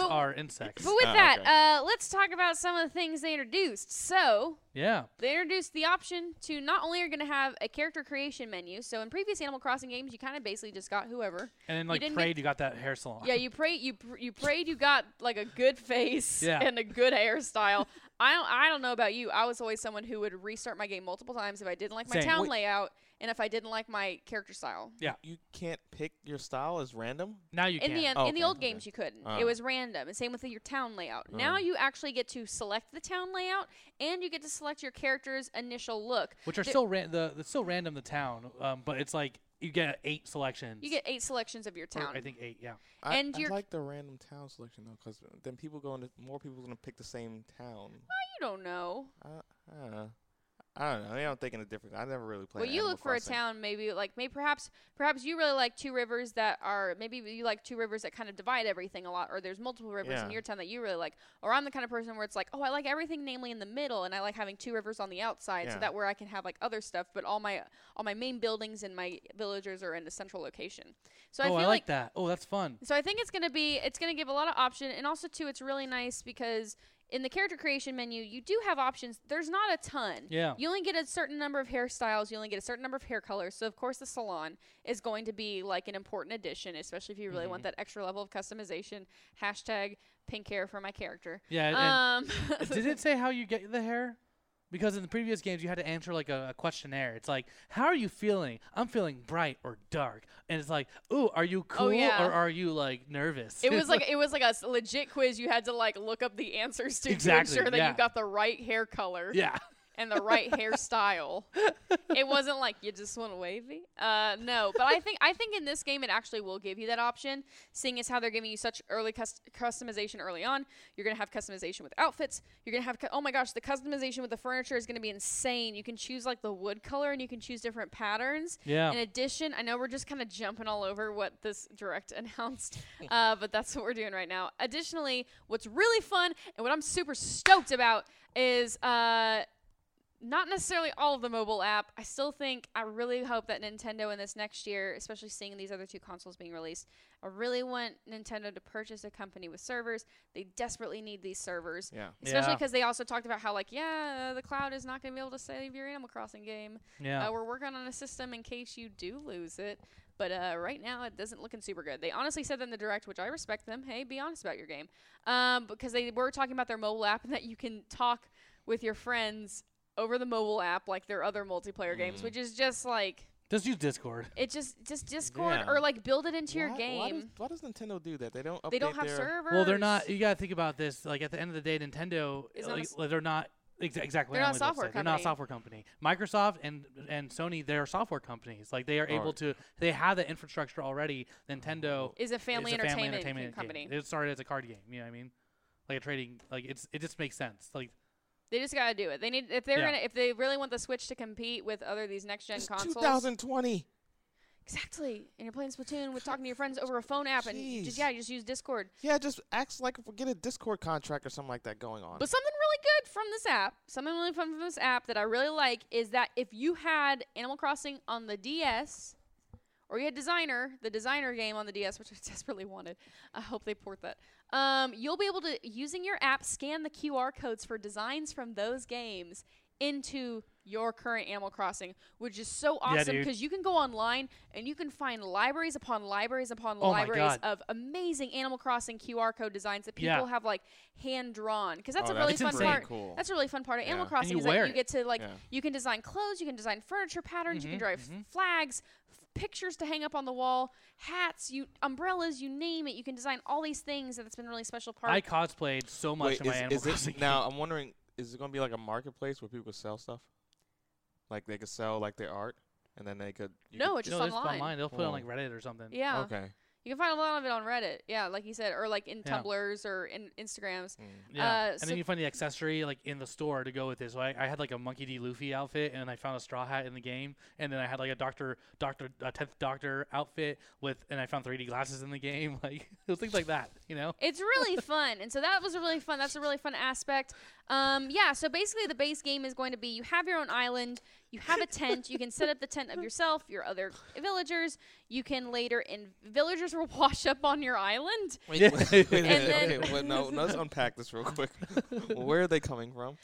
A: But-
B: are insects.
A: But with
C: Oh,
A: that,
C: okay.
A: uh, let's talk about some of the things they introduced. So
B: Yeah,
A: They introduced the option to not only are going to have a character creation menu. So in previous Animal Crossing games, you kind of basically just got whoever.
B: and then like
A: didn't get-
B: prayed, you got that hair salon.
A: Yeah, you pray you pr- you prayed you got like a good face
B: Yeah.
A: and a good hairstyle. I don't I don't know about you. I was always someone who would restart my game multiple times if I didn't like my
B: Same.
A: town
C: Wait.
A: layout and if I didn't like my character style.
C: You can't pick your style as random.
B: Now you
A: In
B: can.
A: the end,
C: Oh,
A: in the
C: okay,
A: old
C: okay.
A: games, you couldn't.
B: Uh.
C: Ah.
A: It was random, and same with your town layout. Now
C: Ah.
A: you actually get to select the town layout, and you get to select your character's initial look.
B: which are
A: There-
B: still ran- the it's still random the town, um, but it's like you get eight selections.
A: You get eight selections of your
B: Or
A: town.
B: I think eight. Yeah.
C: I,
A: And
C: I
A: you're-
C: like the random town selection though, because then people go into more people going to pick the same town.
A: you don't know.
C: I, I don't know. I don't know. I mean, I'm thinking of different. I never really played.
A: Well, you
C: Animal
A: look for
C: Crossing.
A: a town, maybe like maybe perhaps perhaps you really like two rivers that are maybe you like two rivers that kind of divide everything a lot, or there's multiple rivers in
C: Yeah.
A: your town that you really like. Or I'm the kind of person where it's like, oh, I like everything, namely in the middle, and I like having two rivers on the outside, so
C: Yeah.
A: that where I can have like other stuff, but all my all my main buildings and my villagers are in a central location. So I
B: oh,
A: feel
B: I like,
A: like
B: that. Oh, that's fun.
A: so I think it's gonna be it's gonna give a lot of option, and also too, it's really nice because in the character creation menu, you do have options. There's not a ton.
B: Yeah.
A: You only get a certain number of hairstyles. You only get a certain number of hair colors. So of course, the salon is going to be like an important addition, especially if you really want
B: Mm-hmm.
A: that extra level of customization. Hashtag pink hair for my character.
B: Yeah. and-
A: Um,
B: Did it say how you get the hair? Because in the previous games, you had to answer like a, a questionnaire. It's like, how are you feeling? I'm feeling bright or dark, and it's like, ooh, are you cool
A: Oh, yeah.
B: or are you like nervous?
A: It was like it was like a s- legit quiz. You had to like look up the answers to,
B: Exactly,
A: to ensure that
B: yeah.
A: you got the right hair color.
B: yeah,
A: and the right hairstyle. It wasn't like you just want wavy. Uh, no, but I think I think in this game it actually will give you that option, seeing as how they're giving you such early cus- customization early on. You're gonna have customization with outfits. You're gonna have cu- oh my gosh, the customization with the furniture is gonna be insane. You can choose like the wood color and you can choose different patterns.
B: yeah.
A: In addition, I know we're just kind of jumping all over what this direct announced, uh, but that's what we're doing right now. Additionally, what's really fun and what I'm super stoked about is uh, not necessarily all of the mobile app. I still think, I really hope that Nintendo in this next year, especially seeing these other two consoles being released, I really want Nintendo to purchase a company with servers. They desperately need these servers.
C: Yeah.
A: Especially
B: Yeah.
A: because they also talked about how, like, yeah, the cloud is not going to be able to save your Animal Crossing game.
B: yeah.
A: Uh, we're working on a system in case you do lose it. But uh, right now, it doesn't looking super good. They honestly said that in the direct, which I respect them. Hey, be honest about your game. Um, because they were talking about their mobile app and that you can talk with your friends over the mobile app like their other multiplayer games,
B: Mm-hmm.
A: which is just like
B: Just use Discord.
A: it just just Discord
C: Yeah.
A: or like build it into your
C: Why- Why does,
A: game.
C: why does Nintendo do that? They don't. Update
A: They don't have
C: their,
A: servers.
B: Well, they're not. You gotta think about this. Like at the end of the day, Nintendo,
A: Is not a
B: like,
A: s-
B: like, they're not ex- exactly.
A: They're not a
B: what Emily just
A: software
B: said. They're not
A: company.
B: a software company. Microsoft and and Sony, they're software companies. Like they are Oh. able
C: Right.
B: to. They have the infrastructure already. Nintendo
A: Is a family entertainment,
B: it's a family entertainment
A: company.
B: Game. It started as a card game. You know what I mean? Like a trading. Like it's it just makes sense. Like
A: They just gotta do it. They need if they're
B: Yeah.
A: gonna if they really want the Switch to compete with other these next gen
C: It's
A: consoles.
C: 2020.
A: Exactly. And you're playing Splatoon with talking to your friends over a phone app, and you just
C: Jeez.
A: yeah, you just use Discord.
C: Yeah, just acts like get a Discord contract or something like that going on.
A: But something really good from this app, something really fun from this app that I really like is that if you had Animal Crossing on the DS, or you had Designer, the Designer game on the DS, which I desperately wanted, I hope they port that. Um, you'll be able to using your app scan the QR codes for designs from those games into your current Animal Crossing, which is so awesome
B: dude.
A: because you can go online and you can find libraries upon libraries upon
B: Oh my
A: libraries
B: God.
A: of amazing Animal Crossing QR code designs that people
B: Yeah.
A: have like hand drawn because that's
C: Oh,
A: a
C: that's
A: really fun
B: It's insane.
A: part.
C: cool.
A: That's a really fun part of Animal
C: Yeah. And
A: Crossing
B: you
A: is that
B: wear
A: you
B: it.
A: get to like
C: Yeah.
A: you can design clothes, you can design furniture patterns, you can
B: Mhm,
A: draw f-
B: mhm.
A: flags, f- pictures to hang up on the wall, hats, you umbrellas, you name it. You can design all these things, and it's been a really special part.
B: I cosplayed so much
C: Wait,
B: in my
C: is,
B: Animal
C: is
B: Crossing.
C: it, now I'm wondering, is it gonna be like a marketplace where people could sell stuff? Like they could sell like their art, and then they could. you
A: No,
C: could-
A: it's
B: no,
A: just
B: this is
A: online.
B: They'll put it on
C: Oh.
B: like Reddit or something.
A: yeah,
C: Okay.
A: you can find a lot of it on Reddit. Yeah, like you said, or like in
B: Yeah.
A: Tumblrs or in Instagrams.
C: Mm.
B: Yeah.
A: Uh,
B: and
A: so-
B: then you find the accessory like in the store to go with it. So I, I had like a Monkey D. Luffy outfit, and I found a straw hat in the game, and then I had like a Doctor Doctor uh, Tenth Doctor outfit with, and I found 3D glasses in the game. Like it was things like that, you know.
A: It's really fun, and so that was a really fun. That's a really fun aspect. Um, yeah, so basically the base game is going to be you have your own island, you have a tent, you can set up the tent of yourself, your other villagers. You can later in villagers will wash up on your island.
C: Wait,
B: Yeah.
C: wait, wait a
B: And
C: minute.
A: then-
C: okay, wait, no, no, let's unpack this real quick. Where are they coming from?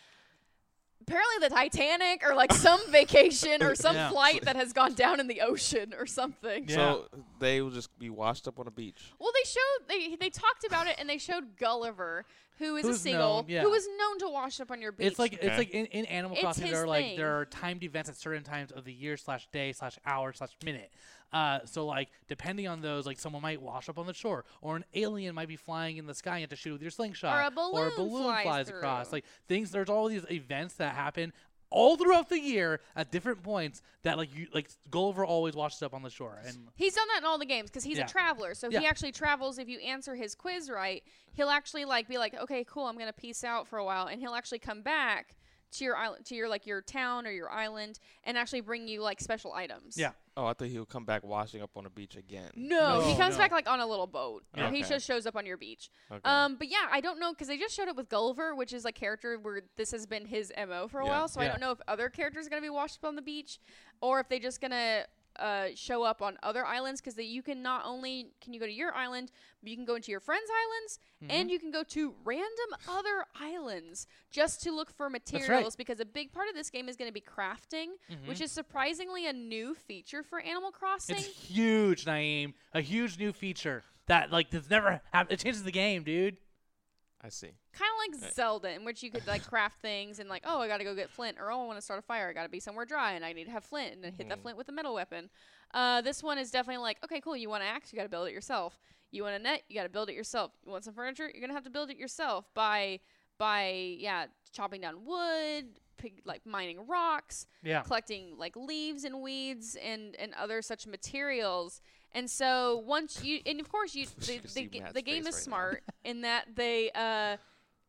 A: Apparently the Titanic or like some vacation or some
B: Yeah.
A: flight that has gone down in the ocean or something.
B: Yeah.
C: So they will just be washed up on a beach.
A: Well, they showed they they talked about it and they showed Gulliver, who is a
B: Who's
A: seagull
B: known, yeah.
A: who is known to wash up on your beach.
B: It's like it's
C: Okay.
B: like in, in Animal
A: It's
B: Crossing, there
A: his
B: are like
A: thing.
B: there are timed events at certain times of the year slash day slash hour slash minute. Uh, so like depending on those, like someone might wash up on the shore, or an alien might be flying in the sky and you have to shoot with your slingshot,
A: Or a balloon
B: balloon
A: flies
B: flies across.
A: through.
B: Like things, there's all these events that happen all throughout the year at different points that like you like Gulliver always washes up on the shore and
A: He's done that in all the games because he's
B: Yeah.
A: a traveler. So he
B: Yeah.
A: actually travels. If you answer his quiz right, he'll actually like be like, okay, cool, I'm gonna peace out for a while, and he'll actually come back to your island, to your like your town or your island, and actually bring you like special items.
B: yeah.
C: Oh, I thought he'll come back washing up on a beach again.
A: No, he
B: No,
A: comes
B: no.
A: back like on a little boat.
B: Yeah.
A: He
C: Okay.
A: just shows up on your beach.
C: Okay.
A: Um, but yeah, I don't know because they just showed it with Gulliver, which is a character where this has been his mo for a
C: Yeah.
A: while. So I
B: Yeah.
A: don't know if other characters are gonna be washed up on the beach, or if they just gonna uh, show up on other islands because you can not only can you go to your island, but you can go into your friends' islands
B: Mm-hmm.
A: and you can go to random other islands just to look for
B: right. Mm-hmm.
A: materials. Because a big part of this game is gonna be crafting, which is surprisingly a new feature for Animal Crossing.
B: It's huge, Naeem. A huge new feature that like that's never happened. It changes the game, dude.
C: I see.
A: kind of like Zelda, in which you could like craft things and like, oh, I gotta go get flint, or oh, I want to start a fire, I gotta be somewhere dry, and I need to have flint, and then hit that flint with a metal weapon. Uh, this one is definitely like, okay, cool. You want an axe, you gotta build it yourself. You want a net, you gotta build it yourself. You want some furniture, you're gonna have to build it yourself by by yeah, chopping down wood, pick, like mining rocks,
B: Yeah.
A: collecting like leaves and weeds and and other such materials. And so once you and of course you
C: You
A: the,
C: can
A: the,
C: see
A: ga-
C: Matt's
A: the game is
C: face right now.
A: smart in that they uh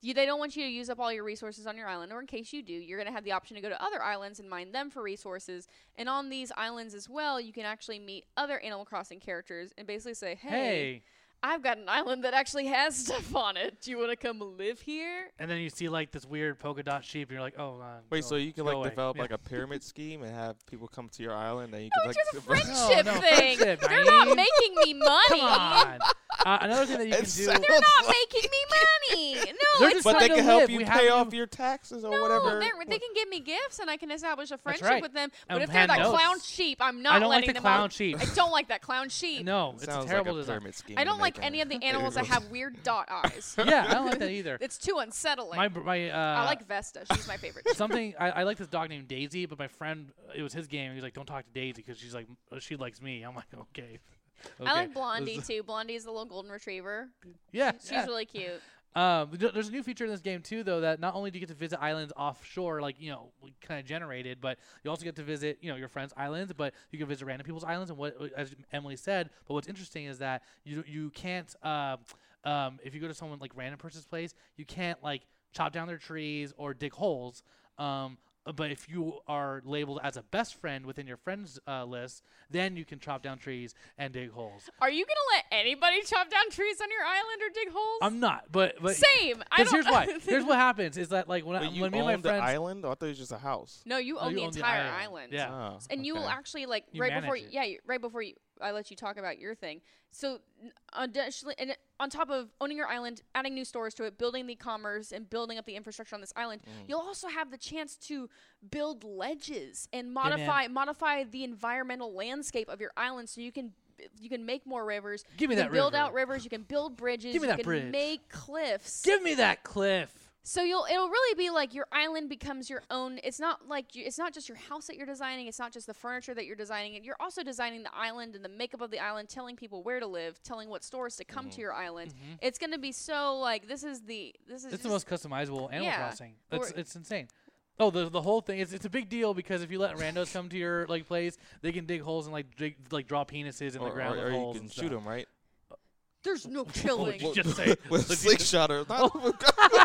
A: you, they don't want you to use up all your resources on your island or in case you do you're going to have the option to go to other islands and mine them for resources and on these islands as well you can actually meet other Animal Crossing characters and basically say hey,
B: hey.
A: I've got an island that actually has stuff on it do you want to come live here
B: And then you see like this weird polka dot sheep, and you're like, oh. Uh,
C: Wait,
B: go-
C: so you can
B: go
C: like
B: away.
C: develop
B: Yeah.
C: like a pyramid scheme and have people come to your island, and you
A: Oh,
C: can
A: it's
C: like
A: just a
C: develop-
A: friendship
B: no,
A: thing
B: friendship,
A: they're not
B: Naeem.
A: making me money
B: Come on. uh, another thing that you
C: It
B: can do.
C: sounds
A: They're not making me money. No,
B: They're
A: it's
B: just
A: not
C: but they
B: trying to
C: can help
B: live.
C: you
B: We
C: pay
B: have
C: off
B: to-
C: your taxes or
A: no,
C: whatever.
A: they're- they can give me gifts and I can establish a friendship
B: right.
A: with them.
B: Um,
A: But if they're that
B: hand those.
A: clown sheep, I'm not
B: I don't like
A: letting
B: the
A: them
B: clown
A: out.
B: sheep.
A: I don't like that clown sheep.
B: No,
C: It
B: it's a
C: sounds
B: terrible
C: like a
B: design.
C: pyramid scheme.
A: I
C: to
A: don't like
C: make
A: any of the
C: it.
A: animals that have weird dot eyes.
B: yeah, I don't like that either.
A: It's too unsettling.
B: My, br- my, uh,
A: I like Vesta. She's my favorite.
B: something. I, I like this dog named Daisy, but my friend, uh, it was his game. He was like, don't talk to Daisy because she's like, uh, she likes me. I'm like, okay.
A: I
B: Okay.
A: like Blondie
B: This-
A: too. Blondie is the little golden retriever.
B: Yeah,
A: She's
B: yeah.
A: really cute.
B: Um, th- there's a new feature in this game too, though, that not only do you get to visit islands offshore, like you know, kind of generated, but you also get to visit you know your friends' islands, but you can visit random people's islands. And what, uh, as Emily said, but what's interesting is that you you can't um, um, if you go to someone like random person's place, you can't like chop down their trees or dig holes. Um, Uh, But if you are labeled as a best friend within your friends uh, list, then you can chop down trees and dig holes.
A: Are you gonna let anybody chop down trees on your island or dig holes?
B: I'm not, but but
A: Same. I
B: 'cause
A: don't.
B: here's why. Here's what happens is that like when I,
C: But you
B: when me and
C: own
B: my
C: the
B: friends
C: island? I thought it was just a house.
A: no, you
B: Oh,
A: own
B: you
A: the
B: own the
A: entire
B: island.
A: island.
B: Yeah.
C: Oh,
A: And you will
C: okay.
A: actually like
B: You
A: right before
B: manage it.
A: yeah you, right before you, I let you talk about your thing. So n- additionally, and on top of owning your island, adding new stores to it, building the commerce, and building up the infrastructure on this island,
B: Mm.
A: you'll also have the chance to build ledges and
B: man.
A: modify modify the environmental landscape of your island so you can you can make more rivers.
B: Give me
A: you can
B: that
A: build
B: river.
A: out rivers. You can build bridges.
B: Give me
A: you
B: that
A: can
B: bridge.
A: make cliffs.
B: give me that cliff.
A: So you'll it'll really be like your island becomes your own. It's not like you, it's not just your house that you're designing. It's not just the furniture that you're designing. You're also designing the island and the makeup of the island, telling people where to live, telling what stores to come to
B: Mm-hmm.
A: your island. It's gonna be so like this is the this is
B: It's the
A: just-
B: most customizable Animal
A: Yeah.
B: Crossing. That's
A: Or-
B: it's insane. Oh, the the whole thing is it's a big deal because if you let randos come to your like place, they can dig holes and like dig, like draw penises in
C: Or,
B: the ground with
C: or, or you
B: holes
C: can
B: and
C: shoot
B: stuff.
C: him, right?
A: there's no
B: What did
A: killing.
B: you
A: oh,
B: just say?
C: With a
B: What did you-
C: slingshotter. Not-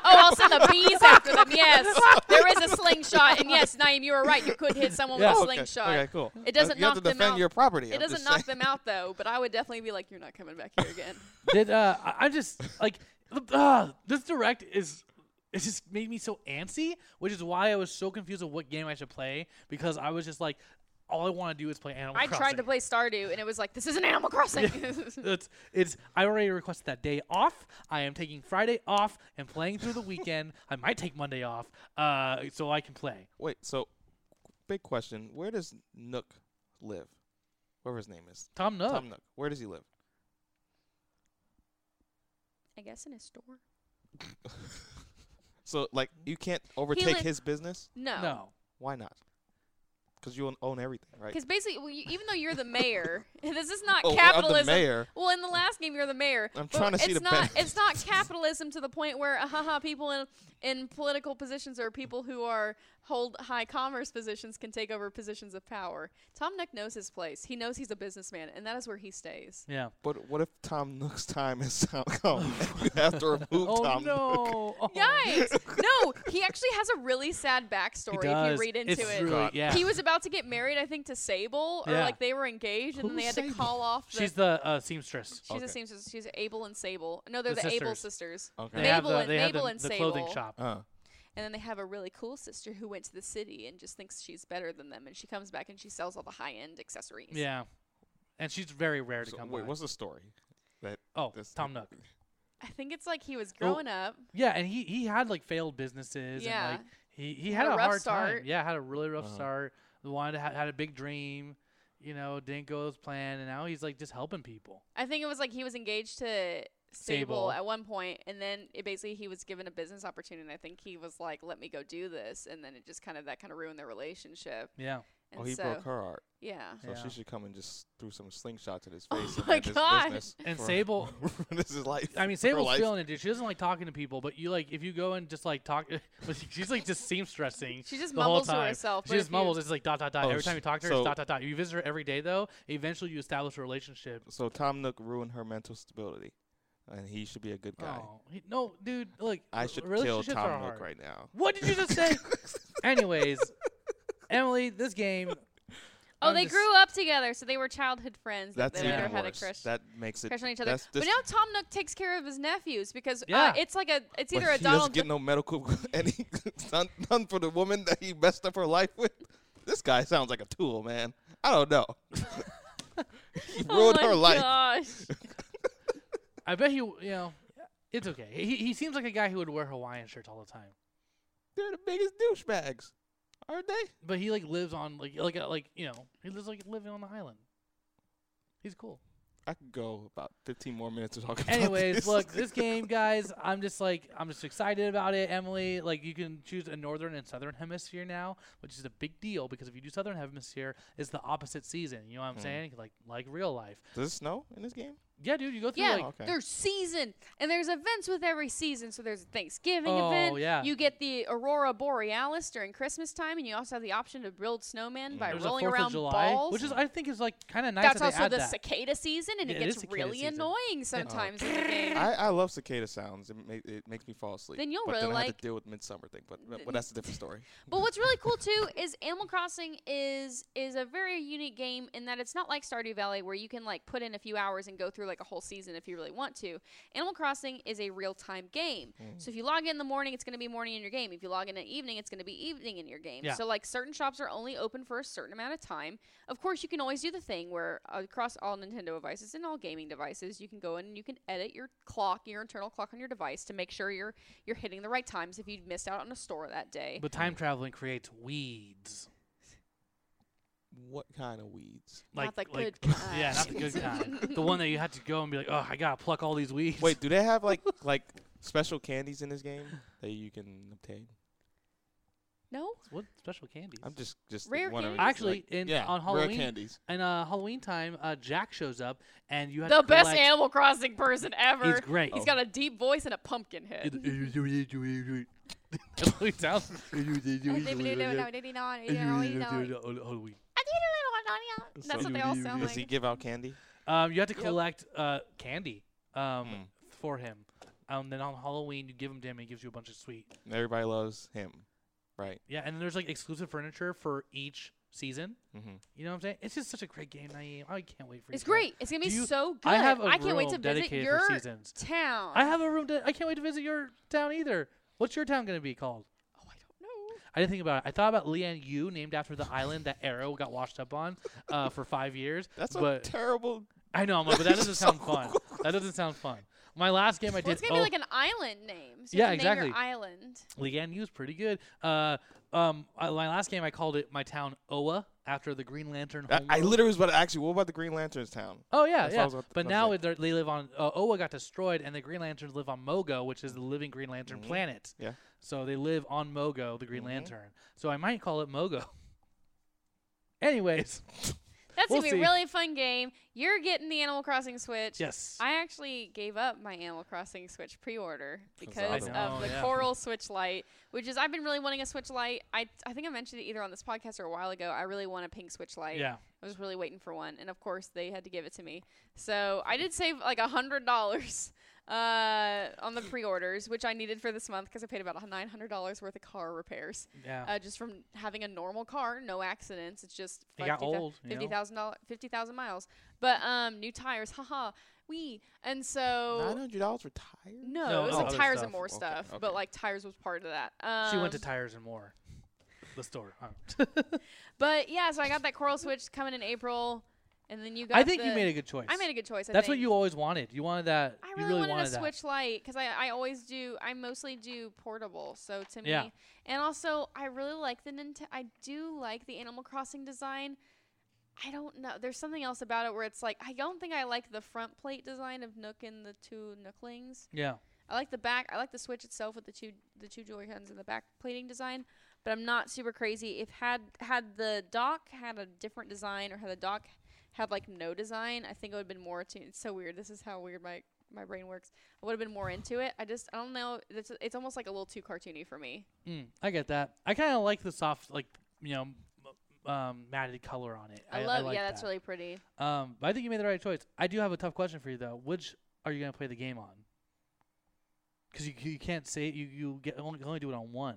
A: I'll send the bees after them. Yes, there is a slingshot, and yes, Naeem, you were right. You could hit someone
B: Yeah.
A: with a
C: okay.
A: slingshot.
C: Okay, cool.
A: It doesn't
C: you have to
A: knock them
C: defend
A: out.
C: your property.
A: It
C: I'm
A: doesn't
C: just
A: knock
C: saying.
A: them out though, but I would definitely be like, you're not coming back here again.
B: Did uh, I- I'm just like uh, this direct is it just made me so antsy, which is why I was so confused of what game I should play because I was just like, all I want to do is play Animal
A: I
B: Crossing.
A: tried to play Stardew, and it was like, this isn't Animal Crossing.
B: It's it's I already requested that day off. I am taking Friday off and playing through the weekend. I might take Monday off, uh, so I can play.
C: Wait, so big question. Where does Nook live? Whatever his name is.
B: Tom Nook.
C: Tom Nook. Where does he live?
A: I guess in a store.
C: So, like,
A: Mm-hmm.
C: you can't overtake
A: li-
C: his business?
A: No.
B: No.
C: Why not? Because you own- own everything, right?
A: Because basically, well, you, even though you're the mayor, this is not
C: Oh, I'm the
A: capitalism.
C: mayor.
A: Well, in the last game, you're the mayor.
C: I'm
A: but
C: trying to see
A: it's
C: the
A: not.
C: benefits.
A: It's not capitalism to the point where, uh, haha, people in in political positions or people who are hold high commerce positions can take over positions of power. Tom Nook knows his place. He knows he's a businessman, and that is where he stays.
B: Yeah.
C: But what if Tom Nook's time has come? and we have to remove
B: Oh
C: Tom
B: no.
C: Nook.
B: Oh.
A: Yikes! no, he actually has a really sad
B: He
A: backstory. If you
B: does.
A: read into
B: it's
A: it,
B: Really,
C: God.
B: yeah.
A: he was about to get married, I think, to Sable, or
B: Yeah.
A: like they were engaged, and then
C: Who's
A: they had to
C: Sable?
A: call off. The,
B: She's the uh, seamstress.
A: she's the
C: Okay.
A: same. She's Abel and Sable. No, they're
B: The
A: the, Abel sisters.
C: Okay.
B: They
A: Mabel
B: have the,
A: and
B: they have
A: Mabel
B: the,
A: and
B: the
A: Sable.
B: clothing shop.
C: Uh,
A: And then they have a really cool sister who went to the city and just thinks she's better than them, and she comes back and she sells all the high end accessories.
B: Yeah. And she's very rare to
C: so
B: come
C: wait,
B: by.
C: what's the story? That
B: oh,
C: this-
B: Tom Nook.
A: I think it's like he was
B: Oh,
A: growing up.
B: Yeah, and he he had like failed businesses
A: Yeah.
B: and like he he
A: Had
B: had,
A: a
B: a,
A: rough
B: hard
A: start.
B: time. Yeah, had a really rough
C: Uh-huh.
B: start. Wanted to ha- had a big dream, you know, didn't go as planned, and now he's like just helping people.
A: I think it was like he was engaged to Sable
B: Sable.
A: at one point, and then it basically he was given a business opportunity. And I think he was like, "Let me go do this," and then it just kind of that kind of ruined their relationship.
B: Yeah.
A: And
C: Oh, he
A: so,
C: broke her heart.
A: Yeah.
C: So
B: Yeah.
C: she should come and just threw some slingshot to his
A: Oh
C: face.
A: my
C: and end his
A: God.
C: business
B: And
C: for-
B: Sable-
C: this is life.
B: I mean,
C: Her
B: Sable's
C: life.
B: feeling it, dude. She doesn't like talking to people, but you like if you go and just like talk, but she's like just seamstressing.
A: She just
B: the whole
A: mumbles to
B: time.
A: herself,
B: She
A: but
B: just
A: if you-
B: mumbles. It's like dot dot dot.
C: Oh,
B: every
C: sh-
B: time you talk to her,
C: so-
B: it's dot dot dot. You visit her every day though. Eventually, you establish a relationship.
C: So Tom Nook ruined her mental stability, and he should be a good guy.
B: Oh he- no, dude! Look,
C: I
B: r-
C: should kill
B: relationships are
C: Tom Nook
B: hard.
C: right now.
B: What did you just say? Anyways, Emily, this game.
A: Oh,
B: I'm
A: they
B: just-
A: grew up together, so they were childhood friends. that
C: That's
A: they
C: even
A: later had a
C: worse.
A: crush,
C: That makes it.
A: crush on each other.
C: That's
A: But
C: dis-
A: now Tom Nook takes care of his nephews because
B: Yeah.
A: uh, it's like a it's
C: but
A: either a
C: he doesn't
A: Donald
C: get
A: Duck.
C: no medical, and he, none, none for the woman that he messed up her life with. This guy sounds like a tool, man. I don't know. he
A: oh
C: ruined
A: my
C: her life.
A: gosh!
B: I bet he, you know, it's okay. He he seems like a guy who would wear Hawaiian shirts all the time,
C: They're the biggest douchebags, aren't they?
B: but he like lives on like like uh, like you know he lives like living on the island. He's cool.
C: I could go about 15 more minutes to talk about
B: Anyways,
C: this.
B: look, this game, guys, I'm just like I'm just excited about it, Emily. Like you can choose a northern and southern hemisphere now, which is a big deal because if you do southern hemisphere, it's the opposite season. You know what I'm
C: Mhm.
B: saying? Like like real life.
C: Does it snow in this game?
B: Yeah, dude, you go through
A: Yeah,
B: like
C: okay.
A: there's season and there's events with every season. So there's a Thanksgiving
B: Oh,
A: event.
B: yeah.
A: You get the aurora borealis during Christmas time, and you also have the option to build snowmen by
B: there's a
A: rolling
B: Fourth
A: around
B: of July,
A: balls.
B: which is I think is like kind of nice
A: That's
B: that they
A: also
B: add
A: the
B: that.
A: cicada season, and
B: Yeah,
A: it
B: it is
A: gets
B: cicada
A: really
B: season.
A: annoying sometimes. in the game.
C: Oh. I, I love cicada sounds. It, ma- it makes me fall asleep.
A: Then you'll
C: but
A: really
C: then I had
A: like-
C: to deal with midsummer thing, but but that's a different story.
A: But what's really cool too is Animal Crossing is is a very unique game in that it's not like Stardew Valley where you can like put in a few hours and go through like a whole season if you really want to. Animal Crossing is a real time game.
B: Hmm.
A: So if you log in in the morning, it's going to be morning in your game. If you log in at evening, it's going to be evening in your game.
B: Yeah.
A: So like certain shops are only open for a certain amount of time. Of course, you can always do the thing where uh, across all Nintendo devices and all gaming devices, you can go in and you can edit your clock, your internal clock on your device to make sure you're you're hitting the right times if you missed out on a store that day.
B: But time traveling creates weeds.
C: What kind of weeds?
B: Like,
A: Not the
B: like,
A: good
B: yeah, not the good
A: kind.
B: kind. the one that you have to go and be like, oh, I gotta pluck all these weeds.
C: Wait, do they have like like special candies in this game that you can obtain?
A: No?
B: what special candies?
C: I'm just just
A: Rare
C: wondering.
A: candies?
B: Actually,
C: like,
B: in
C: yeah,
B: on
C: rare
B: Halloween,
C: candies.
B: in uh, Halloween time, uh, Jack shows up and you have
A: The
B: to
A: best
B: collect-
A: Animal Crossing person ever.
B: He's great.
C: Oh.
A: He's got a deep voice and a pumpkin
B: That's
A: head.
B: what he sounds. Halloween.
A: That's what they all sound
C: Does he
A: like.
C: give out candy?
B: Um, you have to
A: Yep.
B: collect uh, candy um,
C: Hmm.
B: for him. Um, then on Halloween, you give him to him, and he gives you a bunch of sweet.
C: Everybody loves him, right?
B: Yeah, and then there's like exclusive furniture for each season.
C: Mm-hmm.
B: You know what I'm saying? It's just such a great game, Naeem. I can't wait for
A: It's
B: you to play.
A: great. It's going to be
B: Do you-
A: so good.
B: I have a
A: I can't wait
B: room
A: to visit
B: dedicated
A: your
B: for seasons.
A: town.
B: I have a room. De- I can't wait to visit your town either. What's your town going to be called?
A: oh, I don't know.
B: I didn't think about it. I thought about Lian Yu, named after the island that Arrow got washed up on uh, for five years.
C: That's a
B: but
C: terrible.
B: I know, but that doesn't sound fun. That doesn't sound fun. My last game I
A: Well,
B: did.
A: it's going to
B: oh,
A: be like an island name. So
B: Yeah,
A: you have to name
B: exactly.
A: your island.
B: Leanne Yu's pretty good. Uh, um, I, my last game I called it my town Oa after the Green Lantern.
C: I, I
B: homeworld.
C: literally was about to ask you. What about the Green Lanterns town?
B: Oh yeah,
C: That's what I
B: yeah.
C: was about to-
B: But
C: I was
B: now
C: like-
B: they're- they live on uh, Oa got destroyed, and the Green Lanterns live on Mogo, which is the living Green Lantern
C: Mhm.
B: planet.
C: Yeah.
B: So they live on Mogo, the Green
C: Mhm.
B: Lantern. So I might call it Mogo. Anyways,
A: That's
B: We'll
A: going to be a
B: see.
A: really fun game. You're getting the Animal Crossing Switch.
B: yes.
A: I actually gave up my Animal Crossing Switch pre-order
C: I
A: because
B: know,
A: of the
B: Oh, yeah.
A: Coral Switch Lite, which is I've been really wanting a Switch Lite. I I think I mentioned it either on this podcast or a while ago. I really want a pink Switch Lite.
B: yeah.
A: I was really waiting for one, and of course they had to give it to me. So I did save like a hundred dollars uh, on the pre-orders, which I needed for this month because I paid about nine hundred dollars worth of car repairs
B: Yeah.
A: uh, just from having a normal car, no accidents. It's just
B: It got
A: 50
B: old, you know?
A: fifty thousand dollars, fifty thousand miles. But um, new tires, haha, we. And
C: Nine
A: so
C: hundred dollars for tires.
A: no,
B: No,
A: it was
B: no,
A: like
B: other
A: tires
B: stuff.
A: and more
C: Okay,
A: stuff,
C: okay.
A: but like tires was part of that. Um,
B: she went to tires and more. The store. Oh.
A: but yeah, so I got that Coral Switch coming in April, and then you got.
B: I think
A: the,
B: you made a good choice.
A: I made a good choice. I
B: That's what
A: think.
B: you always wanted. You wanted that.
A: I
B: you
A: really,
B: really
A: wanted,
B: wanted
A: a
B: that.
A: Switch Lite because I, I always do. I mostly do portable, so to me,
B: Yeah.
A: and also I really like the Nintendo. I do like the Animal Crossing design. I don't know. There's something else about it where it's like I don't think I like the front plate design of Nook and the two Nooklings.
B: Yeah.
A: I like the back. I like the Switch itself with the two the two Joy Cons and the back plating design, but I'm not super crazy. If had had the dock had a different design or had the dock had like no design, I think it would have been more. To, it's so weird. This is how weird my my brain works. I would have been more into it. I just I don't know. It's it's almost like a little too cartoony for me.
B: Mm, I get that. I kind of like the soft, like you know, m- um, matted color on it.
A: I,
B: I,
A: love.
B: I like
A: yeah, that's
B: that.
A: really pretty.
B: Um, but I think you made the right choice. I do have a tough question for you though. Which are you gonna play the game on? Because you you can't say you you get only, can only do it on one.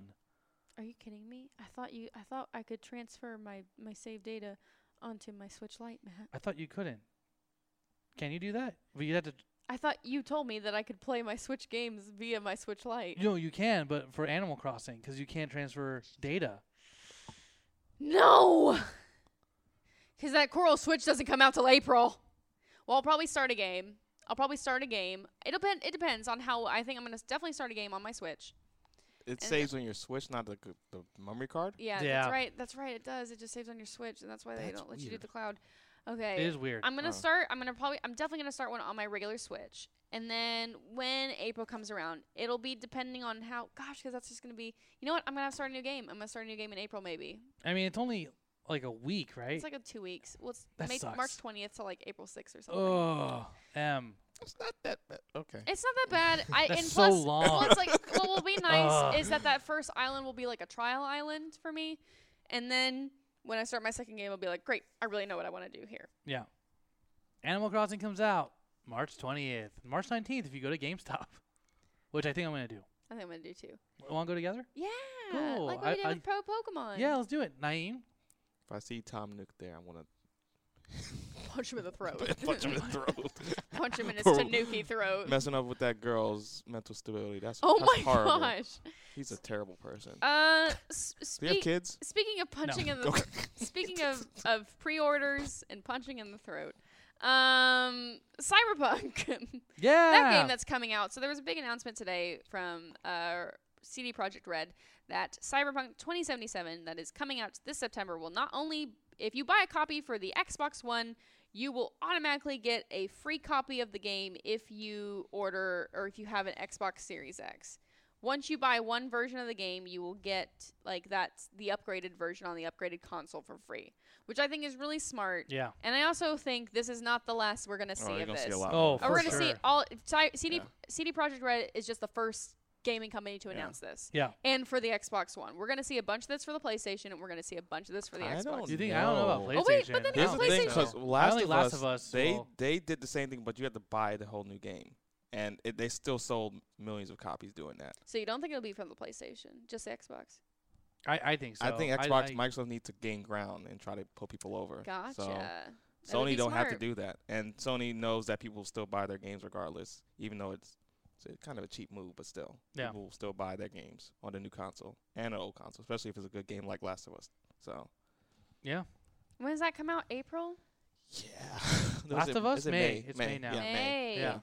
A: Are you kidding me? I thought you. I thought I could transfer my my save data onto my Switch Lite, Matt.
B: I thought you couldn't. Can you do that? But you have to.
A: I thought you told me that I could play my Switch games via my Switch Lite.
B: No, you can, but for Animal Crossing, because you can't transfer data.
A: No! Because that Coral Switch doesn't come out till April. Well, I'll probably start a game. I'll probably start a game. It depend. It depends on how. I think I'm gonna s- definitely start a game on my Switch.
C: It
A: And-
C: saves on your Switch, not the c- the memory card.
A: Yeah,
B: Yeah.
A: that's right. That's right. It does. It just saves on your Switch, and that's why they
C: That's
A: don't let you do
C: weird.
A: the cloud. Okay.
B: It is weird.
A: I'm gonna
C: Oh.
A: start. I'm gonna probably. I'm definitely gonna start one on my regular Switch, and then when April comes around, it'll be depending on how. Gosh, because that's just gonna be. You know what? I'm gonna start a new game. I'm gonna start a new game in April, maybe.
B: I mean, it's only like a week, right?
A: It's like a two weeks. Well, it's
B: That
A: May-
B: sucks.
A: March 20th to like April 6th or something.
B: oh, M.
C: It's not that bad. Okay.
A: It's not that bad. I
B: That's
A: and
B: so
A: plus,
B: long.
A: what's like what will be nice
B: Ugh.
A: is that that first island will be like a trial island for me, and then when I start my second game, I'll be like, great, I really know what I want to do here.
B: Yeah. Animal Crossing comes out March 20th, March 19th if you go to GameStop, which I think I'm gonna do.
A: I think I'm gonna do too.
B: Want to go together?
A: Yeah,
B: Cool.
A: like what
B: I-
A: we did
B: I-
A: with Pro Pokemon.
B: Yeah, let's do it. Naeem,
C: If I see Tom Nook there, I want
A: punch him in the
C: to
A: throat.
C: punch him in the throat.
A: punch him in his
C: Poor-
A: tanuki throat.
C: Messing up with that girl's mental stability. That's
A: oh
C: that's
A: my
C: horrible.
A: gosh.
C: He's a terrible person.
A: Uh, s-
C: Do you have
A: speak,
C: kids?
A: speaking of punching in the
C: Okay.
A: Speaking of, of pre-orders and punching in the throat, um, Cyberpunk,
B: Yeah.
A: that game that's coming out. So there was a big announcement today from uh, CD Projekt Red that Cyberpunk 2077, that is coming out this September, will not only if you buy a copy for the Xbox One, you will automatically get a free copy of the game if you order or if you have an Xbox Series X. Once you buy one version of the game, you will get like that's the upgraded version on the upgraded console for free, which I think is really smart.
B: yeah.
A: And I also think this is not the last we're gonna see
C: oh, you're
A: of
C: gonna
A: this.
C: see a lot.
B: Oh,
C: more.
A: Oh,
B: for
A: we're gonna see
B: sure.
A: all Ci- CD
C: Yeah.
A: CD Project Red is just the first gaming company to
C: Yeah.
A: announce this.
B: Yeah.
A: And for the Xbox One, we're gonna see a bunch of this for the PlayStation, and we're gonna see a bunch of this for the
C: I
A: Xbox.
C: don't
B: Do you think I don't know about PlayStation?
A: Oh, wait, but then
B: I
C: Here's
A: it's
C: the
B: don't think
C: thing,
A: PlayStation.
B: so.
C: because Last,
B: only
C: of,
B: Last
C: Us,
B: of Us
C: they
B: will-
C: they did the same thing, but you had to buy the whole new game, and it, they still sold millions of copies doing that.
A: So you don't think it'll be from the PlayStation, just the Xbox?
B: I, I think so.
C: I think
B: I-
C: Xbox, Microsoft need to gain ground and try to pull people over.
A: Gotcha.
C: So
A: That would be
C: Sony don't have to
A: smart.
C: do that, and Sony knows that people will still buy their games regardless, even though it's, it's a kind of a cheap move, but still,
B: Yeah.
C: people will still buy their games on the new console and an old console, especially if it's a good game like Last of Us. So
B: yeah.
A: When does that come out? April.
C: yeah, Was
B: Last
C: it-
B: of Us,
C: is it
B: May. It's May now.
C: Yeah, May.
A: May.
C: Yeah.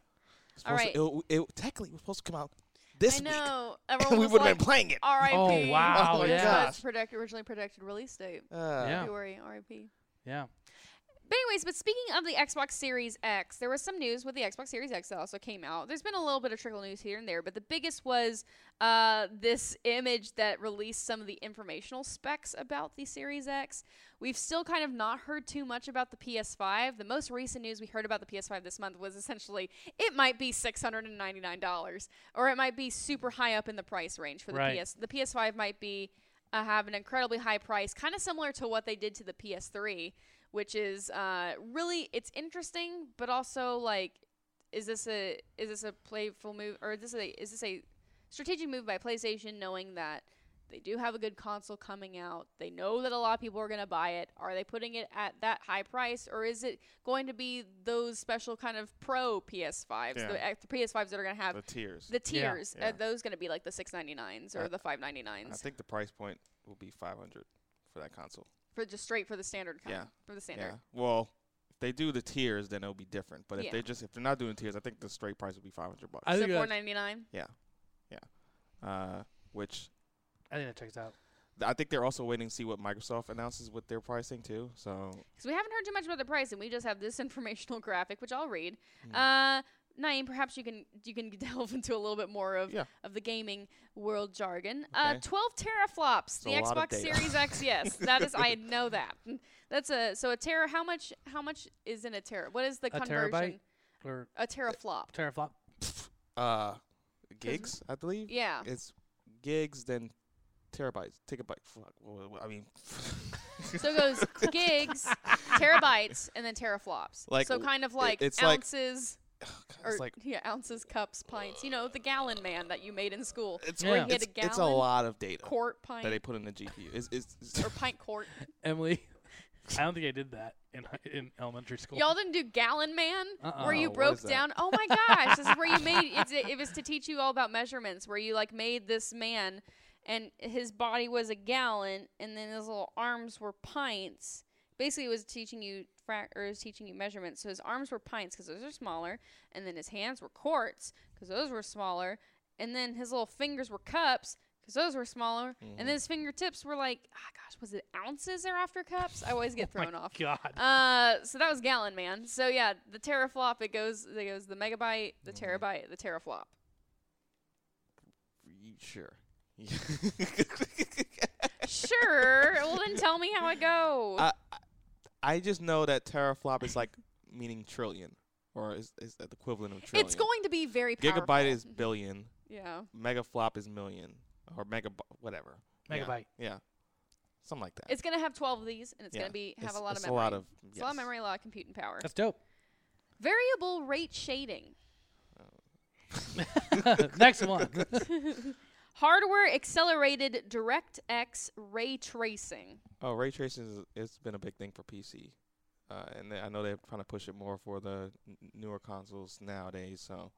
C: It's
A: All
C: supposed to- it, it technically was supposed to come out this
A: I
C: week.
A: know.
C: we
A: Everyone was
C: would have
A: like,
C: been playing it.
A: R.I.P.
B: Oh, wow,
A: Which
C: yeah.
A: was predict- originally projected release date.
B: Yeah.
A: February. R.I.P.
B: Yeah.
A: But anyways, but speaking of the Xbox Series X, there was some news with the Xbox Series X that also came out. There's been a little bit of trickle news here and there, but the biggest was uh, this image that released some of the informational specs about the Series X. We've still kind of not heard too much about the PS5. The most recent news we heard about the PS5 this month was essentially it might be $699 or it might be super high up in the price range for the
B: Right.
A: PS. The PS5 might be uh, have an incredibly high price, kind of similar to what they did to the PS3, which is uh, really it's interesting, but also like, is this a is this a playful move or is this a is this a strategic move by PlayStation, knowing that they do have a good console coming out, they know that a lot of people are going to buy it. Are they putting it at that high price, or is it going to be those special kind of pro PS5s, the,
C: Yeah.
A: ex- the PS5s that are going to have
C: The tears.
A: the
B: Yeah.
A: tiers?
C: Yeah.
A: Are those going to be like the 699s or
C: I-
A: the
C: I
A: 599s?
C: think the price point will be 500 for that console.
A: for just straight for the standard kind,
C: Yeah.
A: for the standard
C: Yeah. Well, if they do the tiers, then it'll be different. But if
A: Yeah.
C: they just if they're not doing tiers, I think the straight price will be 500 bucks.
B: I
A: so
B: think that's-
A: 499
C: uh, which
B: I think that checks out.
C: th- I think they're also waiting to see what Microsoft announces with their pricing too. So
A: because we haven't heard too much about the price and we just have this informational graphic which i'll read
C: Mm.
A: uh Naeem, perhaps you can you can delve into a little bit more of,
C: Yeah.
A: of the gaming world jargon. Uh,
C: Okay.
A: twelve teraflops. the
C: a lot of
A: Xbox
C: data.
A: Series X. Yes, that is. I know that. That's a so a tera. How much? How much is in a tera? What is the
B: A
A: conversion?
B: terabyte or
A: A teraflop.
B: teraflop.
C: uh, gigs, I believe.
A: Yeah.
C: It's gigs then terabytes, gigabyte. Fuck. wha- wha- I mean,
A: So it goes gigs, terabytes, and then teraflops.
C: Like,
A: so
C: w-
A: kind of
C: it-
A: like
C: it's like-
A: ounces. or
C: it's like
A: yeah, ounces, cups, pints. You know, the gallon man that you made in school.
C: it's
B: Yeah.
A: he had
C: it's,
A: a
C: it's a
A: gallon,
C: lot of data
A: Quart
C: that they
A: pint
C: put in the GPU. It's, it's, it's
A: or pint quart.
B: Emily, I don't think I did that in hi- in elementary school.
A: Y'all didn't do gallon man, where you
C: Uh-uh. What
A: broke
C: is that?
A: down. Oh my gosh, this is where you made. It's, it, it was to teach you all about measurements, where you like made this man, and his body was a gallon, and then his little arms were pints. Basically, it was teaching you frac- or it was teaching you measurements. So his arms were pints because those are smaller, and then his hands were quarts because those were smaller, and then his little fingers were cups because those were smaller,
C: Mm-hmm.
A: and then his fingertips were like, ah, gosh, was it ounces or after cups? I always get
C: Oh
B: My
A: thrown off.
B: God.
A: Uh, so that was gallon man. So yeah, the teraflop it goes it goes
C: Mm-hmm.
A: the megabyte, the terabyte, the teraflop.
C: You- sure.
A: sure. well, then tell me how it goes.
C: I, I- I just know that teraflop is like meaning trillion, or is, is that the equivalent of trillion?
A: it's going to be very powerful.
C: Gigabyte is billion.
A: Yeah.
C: Megaflop is million, or mega whatever. Yeah,
B: Megabyte.
C: Yeah, something like that.
A: It's gonna have 12 of these, and it's
C: Yeah.
A: gonna be have
C: It's-
A: a lot of
C: it's
A: memory.
C: A lot of
A: It's a lot of
C: yes.
A: memory, a lot of computing power.
B: That's dope.
A: Variable rate shading.
B: Next one.
A: Hardware accelerated DirectX ray tracing.
C: Oh, ray tracing is it's been a big thing for PC, uh, and they- I know they're trying to push it more for the n- newer consoles nowadays. So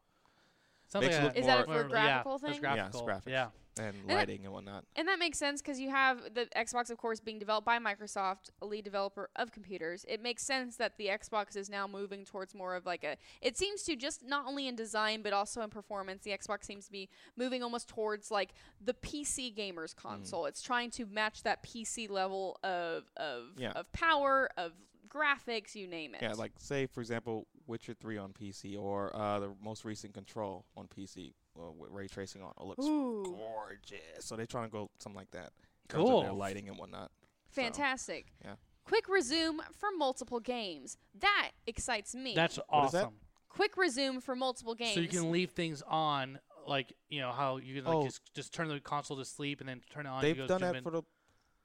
B: Sounds
C: Makes it
B: like
C: look
B: a-
A: Is that
C: more-
A: for
B: yeah,
A: graphical
B: that's
A: thing?
C: Yeah, it's
B: graphical.
C: graphics.
B: Yeah.
C: and
A: it-
C: lighting and whatnot.
A: And that makes sense because you have the Xbox, of course, being developed by Microsoft, a lead developer of computers. It makes sense that the Xbox is now moving towards more of like a. It seems to just not only in design but also in performance, the Xbox seems to be moving almost towards like the PC
C: Mm.
A: gamers console. It's trying to match that PC level of of
C: Yeah.
A: of power of graphics, you name it.
C: Yeah, like say for example, Witcher Three on PC, or uh, the most recent Control on PC uh, with ray tracing on. It looks
A: Ooh.
C: gorgeous. So they're trying to go something like that. in terms of Their
B: Cool.
C: lighting and whatnot. So,
A: Fantastic.
C: yeah.
A: Quick resume for multiple games. That excites me.
B: That's
C: What is that?
B: awesome.
A: quick resume for multiple games.
B: So you can leave things on, like you know how you can like
C: Oh.
B: just just turn the console to sleep and then turn it on. you
C: They've
B: go
C: done
B: jump
C: that
B: in.
C: for the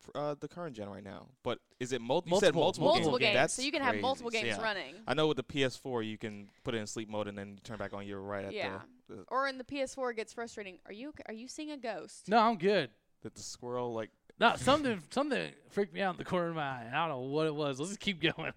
C: for, uh, the current gen right now. But is it mul- You said
B: Multiple-
C: multiple,
A: multiple
C: games.
A: games.
C: That's
A: so you can have
C: crazy.
A: multiple games
C: Yeah.
A: running.
C: I know with the PS4, you can put it in sleep mode and then you turn back on. You're right at
A: Yeah.
C: the, the
A: Or in the PS4 it gets frustrating. Are you are you seeing a ghost?
B: No, I'm good.
C: that the squirrel like
B: No, something something freaked me out in the corner of my eye. and I don't know what it was. Let's just keep going.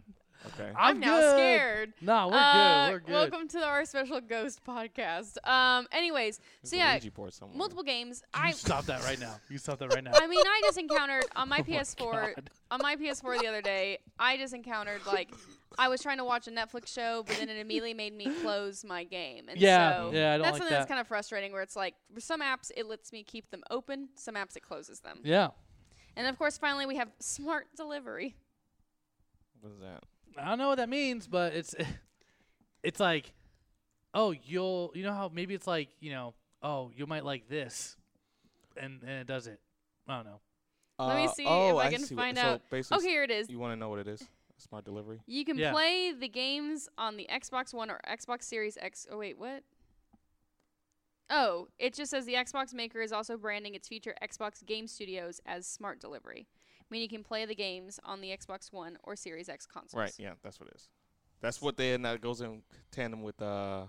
C: okay.
B: I'm,
A: now
B: good.
A: scared.
B: No, we're
A: Uh,
B: good. We're good.
A: Welcome to our special ghost podcast. Um anyways,
C: There's
A: so
C: a
A: yeah,
C: Ouija board somewhere.
A: multiple games.
B: You
A: I
B: stop that right now. You stop that right now.
A: I mean, I just encountered on my
B: Oh my
A: PS4
B: God.
A: on my PS4 the other day. I just encountered like I was trying to watch a Netflix show, but then it immediately made me close my game. And
B: Yeah,
A: so
B: yeah, I
A: that's
B: don't like
A: something that's
B: that.
A: kind of frustrating. Where it's like for some apps it lets me keep them open, some apps it closes them.
B: Yeah,
A: And of course, finally we have smart delivery.
C: What is that?
B: I don't know what that means, but it's it's like, oh, you'll you know how maybe it's like you know oh you might like this, and and it does it. I don't know.
A: Let me
C: Uh,
A: see
C: oh,
A: if I,
C: I
A: can
C: see what-
A: find
C: so
A: out.
C: basically
A: Oh,
C: s-
A: here it is.
C: You want to know what it is? Smart delivery.
A: You can
B: Yeah.
A: play the games on the Xbox One or Xbox Series X. Oh, wait, what? Oh, it just says the Xbox maker is also branding its future Xbox Game Studios as Smart Delivery, meaning you can play the games on the Xbox One or Series X consoles.
C: Right. Yeah, that's what it is. That's what they and that goes in tandem with uh,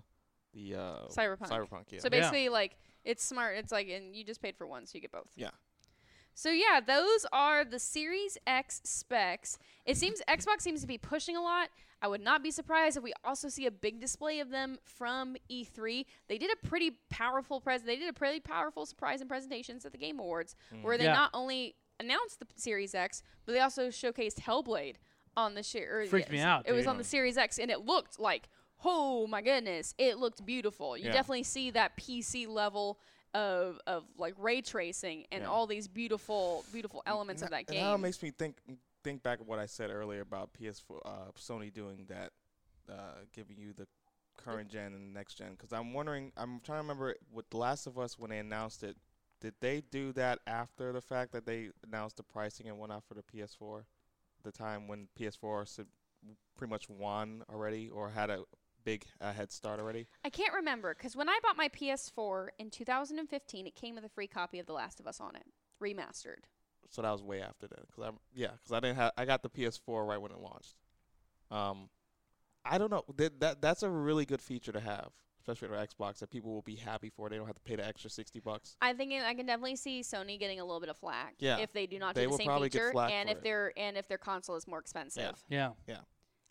C: the uh,
A: Cyberpunk.
C: Cyberpunk. Yeah.
A: So
B: Yeah.
A: basically, like, it's smart. It's like, and you just paid for one, so you get both.
C: Yeah.
A: So yeah, those are the Series X specs. It seems Xbox seems to be pushing a lot. I would not be surprised if we also see a big display of them from E3. They did a pretty powerful pres. They did a pretty powerful surprise and presentations at the Game Awards,
C: Mm-hmm.
A: where they
B: Yeah.
A: not only announced the p- Series X, but they also showcased Hellblade on the share.
B: Freaked me out,
A: It was
B: dude.
A: on the Series X, and it looked like oh my goodness, it looked beautiful. You
C: Yeah.
A: definitely see that PC level of of like ray tracing and
C: Yeah.
A: all these beautiful beautiful elements of
C: And
A: that
C: that- and Now it
A: game.
C: makes me think think back of what I said earlier about PS4, uh, Sony doing that, uh, giving you the current gen and next gen. Because I'm wondering, I'm trying to remember with The Last of Us when they announced it. Did they do that after the fact that they announced the pricing and whatnot for the PS4? The time when PS4 s- pretty much won already or had a big uh, head start already?
A: I can't remember because when I bought my PS4 in 2015, it came with a free copy of The Last of Us on it, remastered.
C: so that was way after then. Cause I'm yeah, 'cause I didn't have I got the PS4 right when it launched. Um, I don't know that, that that's a really good feature to have, especially on Xbox that people will be happy for. They don't have to pay the extra sixty bucks.
A: I think it, I can definitely see Sony getting a little bit of flack
C: Yeah.
A: if they do not
C: They
A: do the
C: will
A: same
C: probably get
A: feature
C: flack
A: and
C: for
A: if
C: it.
A: their and if their console is more expensive.
B: Yeah,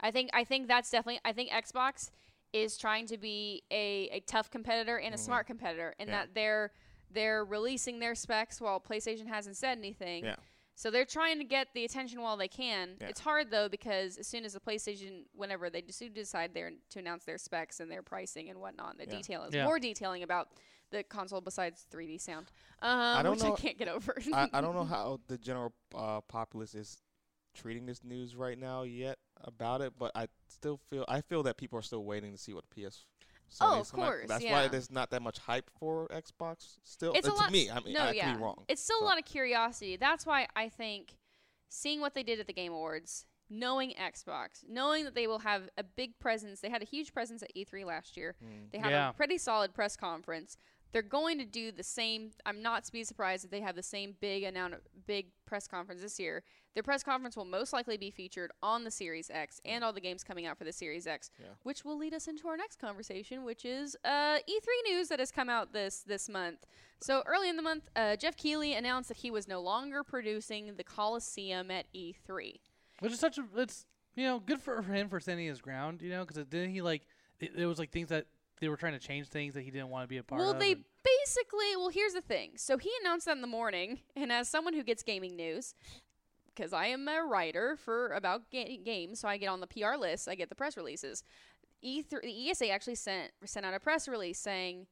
A: I think I think that's definitely I think Xbox is trying to be a, a tough competitor and a
C: Mhm.
A: smart competitor in
C: Yeah.
A: that they're they're releasing their specs while PlayStation hasn't said anything.
C: Yeah.
A: So they're trying to get the attention while they can.
C: Yeah.
A: It's hard though because as soon as the PlayStation, whenever they just do decide their to announce their specs and their pricing and whatnot, the
C: Yeah.
A: detail is
B: Yeah.
A: more detailing about the console besides 3D sound, um,
C: don't
A: which I
C: know-
A: can't get over.
C: I, I don't know how the general uh, populace is treating this news right now yet about it, but I still feel I feel that people are still waiting to see what PS
A: Oh,
C: it's
A: of
C: not-
A: course,
C: that's
A: yeah.
C: why there's not that much hype for Xbox still.
A: It's
C: uh,
A: a lot.
C: to me. I mean,
A: no,
C: I
A: yeah.
C: could be wrong.
A: It's still
C: so.
A: a lot of curiosity. That's why I think seeing what they did at the Game Awards, knowing Xbox, knowing that they will have a big presence. They had a huge presence at E3 last year.
C: Mm.
A: They have
B: Yeah.
A: a pretty solid press conference. They're going to do the same. I'm not be surprised if they have the same big amount of big press conference this year. Their press conference will most likely be featured on the Series X and all the games coming out for the Series X,
C: Yeah.
A: which will lead us into our next conversation, which is uh, E3 news that has come out this this month. So early in the month, uh, Jeff Keighley announced that he was no longer producing the Coliseum at E E3.
B: Which is such a it's you know good for him for standing his ground, you know, because didn't he like it, it was like things that they were trying to change things that he didn't want to be a part
A: Well,
B: of.
A: they
B: and-
A: basically. Well, here's the thing. So he announced that in the morning, and as someone who gets gaming news, because I am a writer for about ga- games, so I get on the PR list, I get the press releases. E3, the ESA actually sent sent out a press release saying,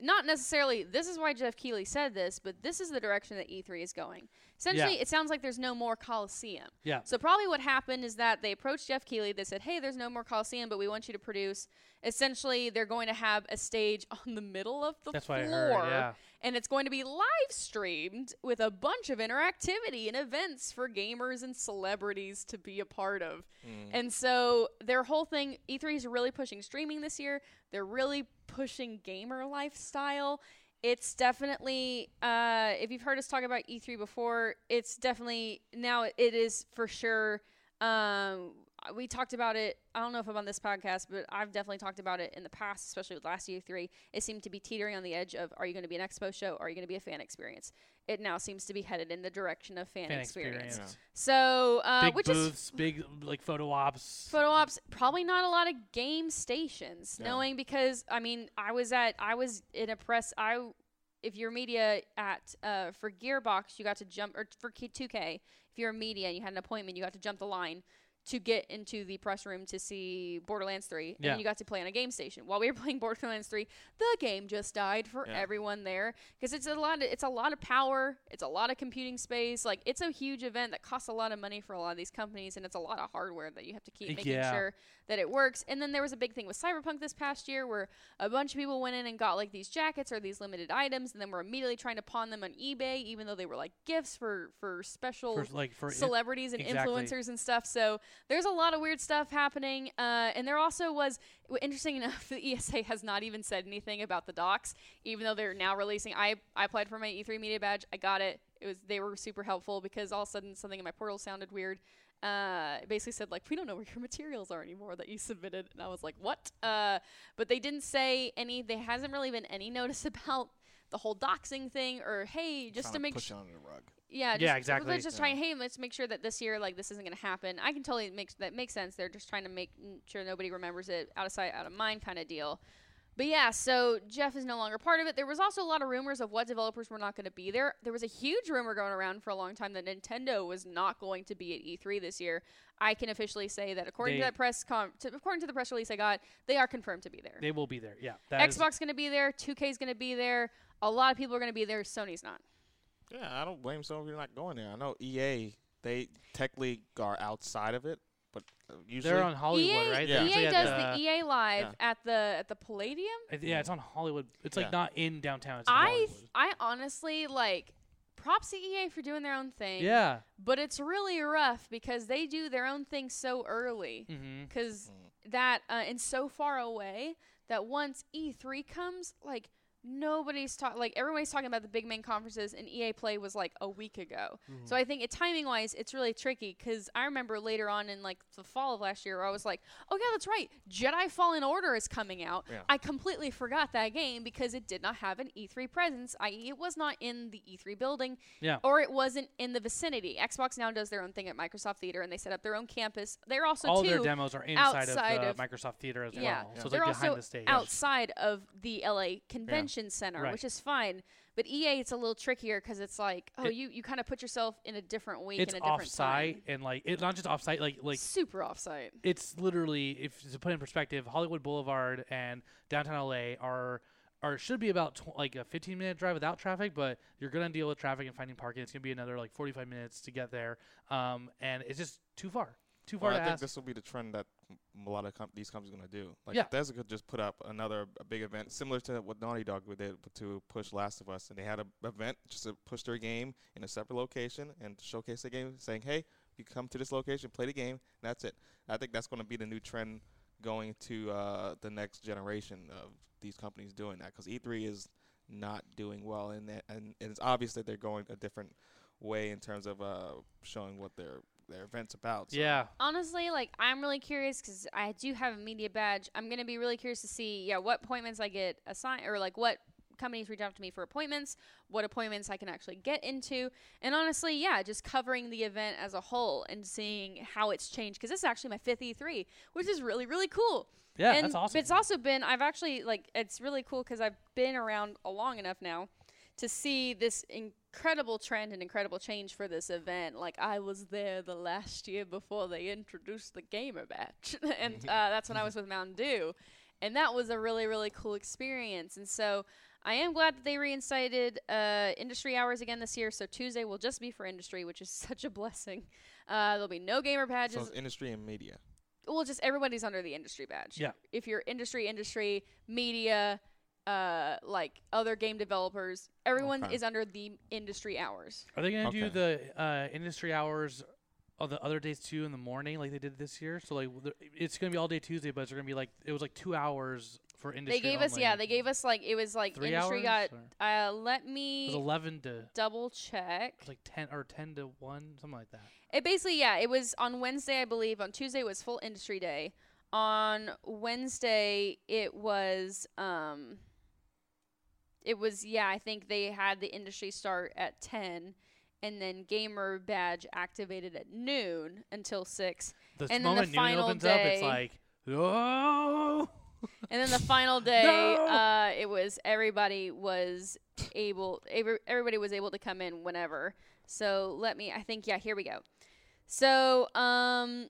A: not necessarily this is why Jeff Keighley said this, but this is the direction that E3 is going. Essentially, it sounds like there's no more Coliseum.
B: Yeah.
A: So probably what happened is that they approached Jeff Keighley. They said, "Hey, there's no more Coliseum, but we want you to produce." Essentially, they're going to have a stage on the middle of the
B: That's what
A: floor,
B: I heard. Yeah.
A: and it's going to be live streamed with a bunch of interactivity and events for gamers and celebrities to be a part of.
C: mm.
B: Mm-hmm.
A: And so their whole thing, E3 is really pushing streaming this year. They're really pushing gamer lifestyle. It's definitely, uh, if you've heard us talk about E3 before, it's definitely now it is for sure. Um, we talked about it. I don't know if I'm on this podcast, but I've definitely talked about it in the past, especially with last E3. It seemed to be teetering on the edge of are you going to be an expo show? Are you going to be a fan experience? It now seems to be headed in the direction of fan,
B: Fan
A: experience.
B: experience.
C: Yeah.
A: So, uh,
B: big
A: which is
B: booths, big like photo ops.
A: photo ops probably not a lot of game stations
C: Yeah.
A: knowing because i mean i was at i was in a press i if you're media at uh, for gearbox you got to jump or for K- 2k if you're a media and you had an appointment you got to jump the line to get into the press room to see Borderlands 3, and
B: Yeah.
A: you got to play on a game station. While we were playing Borderlands 3, the game just died for
C: Yeah.
A: everyone there because it's a lot. Of, it's a lot of power. It's a lot of computing space. Like it's a huge event that costs a lot of money for a lot of these companies, and it's a lot of hardware that you have to keep making
B: Yeah.
A: sure that it works. And then there was a big thing with Cyberpunk this past year where a bunch of people went in and got like these jackets or these limited items, and then were immediately trying to pawn them on eBay, even though they were like gifts for for special
B: for, like for in-
A: celebrities and
B: exactly.
A: influencers and stuff. So there's a lot of weird stuff happening. Uh, and there also was, w- interesting enough, the ESA has not even said anything about the docs, even though they're now releasing. I, I applied for my E3 media badge. I got it. It was they were super helpful because all of a sudden something in my portal sounded weird. Uh, it basically said like we don't know where your materials are anymore that you submitted, and I was like, what? Uh, but they didn't say any. There hasn't really been any notice about the whole doxing thing or hey, just to make
C: push
A: sure.
C: it under the rug.
A: Yeah, just,
B: Yeah,
A: well,
B: exactly.
A: Let's just try.
C: Yeah.
A: Hey, let's make sure that this year, like, this isn't going to happen. I can totally make that makes sense. They're just trying to make n- sure nobody remembers it, out of sight, out of mind, kind of deal. But yeah, so Jeff is no longer part of it. There was also a lot of rumors of what developers were not going to be there. There was a huge rumor going around for a long time that Nintendo was not going to be at E3 this year. I can officially say that according to
B: They-
A: that press con, to, according to the press release I got, they are confirmed to be there.
B: They will be there. Yeah. that is-
A: Xbox going to be there. 2K is going to be there. A lot of people are going to be there. Sony's not.
C: Yeah, I don't blame some of you not going there. I know EA they technically are outside of it, but uh, usually
B: they're
A: E
B: on Hollywood,
A: EA,
B: right?
C: Yeah.
B: They're usually
A: EA
B: at
A: E does the, EA live
C: yeah.
A: at the at the Palladium.
B: I th- Yeah, it's on Hollywood. It's like
C: Yeah.
B: not in downtown. It's in
A: I
B: Hollywood.
A: I honestly like props to EA for doing their own thing.
B: Yeah.
A: But it's really rough because they do their own thing so early
B: Mm-hmm.
A: because that uh, and so far away that once E3 comes, like nobody's talking, like everybody's talking about the big main conferences, and EA Play was like a week ago.
B: Mm-hmm.
A: So I think it timing wise, it's really tricky because I remember later on in like the fall of last year, where I was like, oh yeah, that's right, Jedi Fallen Order is coming out.
C: Yeah.
A: I completely forgot that game because it did not have an E3 presence, i.e., it was not in the E3 building
B: Yeah.
A: or it wasn't in the vicinity. Xbox now does their own thing at Microsoft Theater, and they set up their own campus. They're also
B: All
A: too,
B: their demos are inside of,
A: outside
B: uh,
A: of-
B: Microsoft Theater as
A: Yeah.
B: well.
A: Yeah.
B: So it's
A: they're
B: like
A: also
B: behind the stage.
A: outside of the LA Convention Center,
B: Right.
A: which is fine. But EA, it's a little trickier because it's like, oh,
B: It-
A: you, you kind of put yourself in a different week
B: It's
A: and a different
B: offsite
A: time.
B: and like it's not just offsite. Like like
A: Super offsite.
B: it's literally if to put in perspective, Hollywood Boulevard and downtown LA are are should be about tw- like a 15 minute drive without traffic, but you're gonna deal with traffic and finding parking. It's gonna be another like 45 minutes to get there, um, and it's just too far. too far
C: Well, I
B: to
C: think
B: ask.
C: this will be the trend that m- a lot of com- these companies are going to do. Like
B: Yeah.
C: Bethesda could just put up another a big event similar to what Naughty Dog did p- to push Last of Us, and they had an event just to push their game in a separate location and to showcase the game, saying, "Hey, you come to this location, play the game, and that's it." I think that's going to be the new trend going to uh, the next generation of these companies doing that because E3 is not doing well, and that, and it's obvious that they're going a different way in terms of uh, showing what their their event's about. so-
B: yeah,
A: Honestly, like I'm really curious because I do have a media badge. I'm gonna be really curious to see, yeah, what appointments I get assigned, or like what companies reach out to me for appointments, what appointments I can actually get into, and honestly, yeah, just covering the event as a whole and seeing how it's changed. Because this is actually my fifth E3, which is really really cool.
B: yeah,
A: and
B: that's awesome.
A: It's also been I've actually like it's really cool because I've been around a long enough now to see this incredible trend and incredible change for this event. Like I was there the last year before they introduced the gamer batch, and uh, that's when I was with Mountain Dew, and that was a really really cool experience. And so. I am glad that they reinstated uh, industry hours again this year, so Tuesday will just be for industry, which is such a blessing. Uh, there'll be no gamer
C: So
A: badges
C: it's industry and media.
A: well, just everybody's under the industry badge.
B: Yeah.
A: If you're industry, industry, media, uh, like other game developers, everyone
C: Okay.
A: is under the industry hours.
B: Are they going to do
C: Okay.
B: the uh, industry hours of the other days too in the morning like they did this year? So like the- it's going to be all day Tuesday, but it's going to be like it was like two hours for industry.
A: they gave us,
B: only.
A: yeah, they gave us like it was like
B: three
A: industry
B: hours. or-
A: got. Uh, let
B: it was
A: me
B: eleven to it
A: double check.
B: was like ten or ten to one, something like that.
A: It basically, yeah, it was on Wednesday, I believe. On Tuesday was full industry day. On Wednesday, it was um it was yeah, I think they had the industry start at 10 and then gamer badge activated at noon until 6.
B: The
A: then the
B: moment noon
A: final
B: opens up, it's
A: day-
B: like oh.
A: And then the final day,
B: No!
A: uh, it was everybody was able, every, everybody was able to come in whenever. So let me, I think, yeah, here we go. So, um,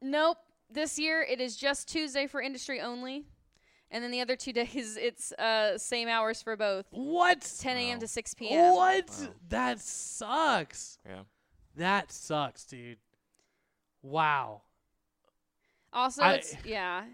A: nope, this year it is just Tuesday for industry only, and then the other two days it's uh same hours for both,
B: What?
A: 10 a.m.
C: Wow.
A: to 6 p.m.
B: What?
C: Wow.
B: That sucks.
C: Yeah.
B: That sucks, dude. Wow.
A: Also,
B: I-
A: it's yeah,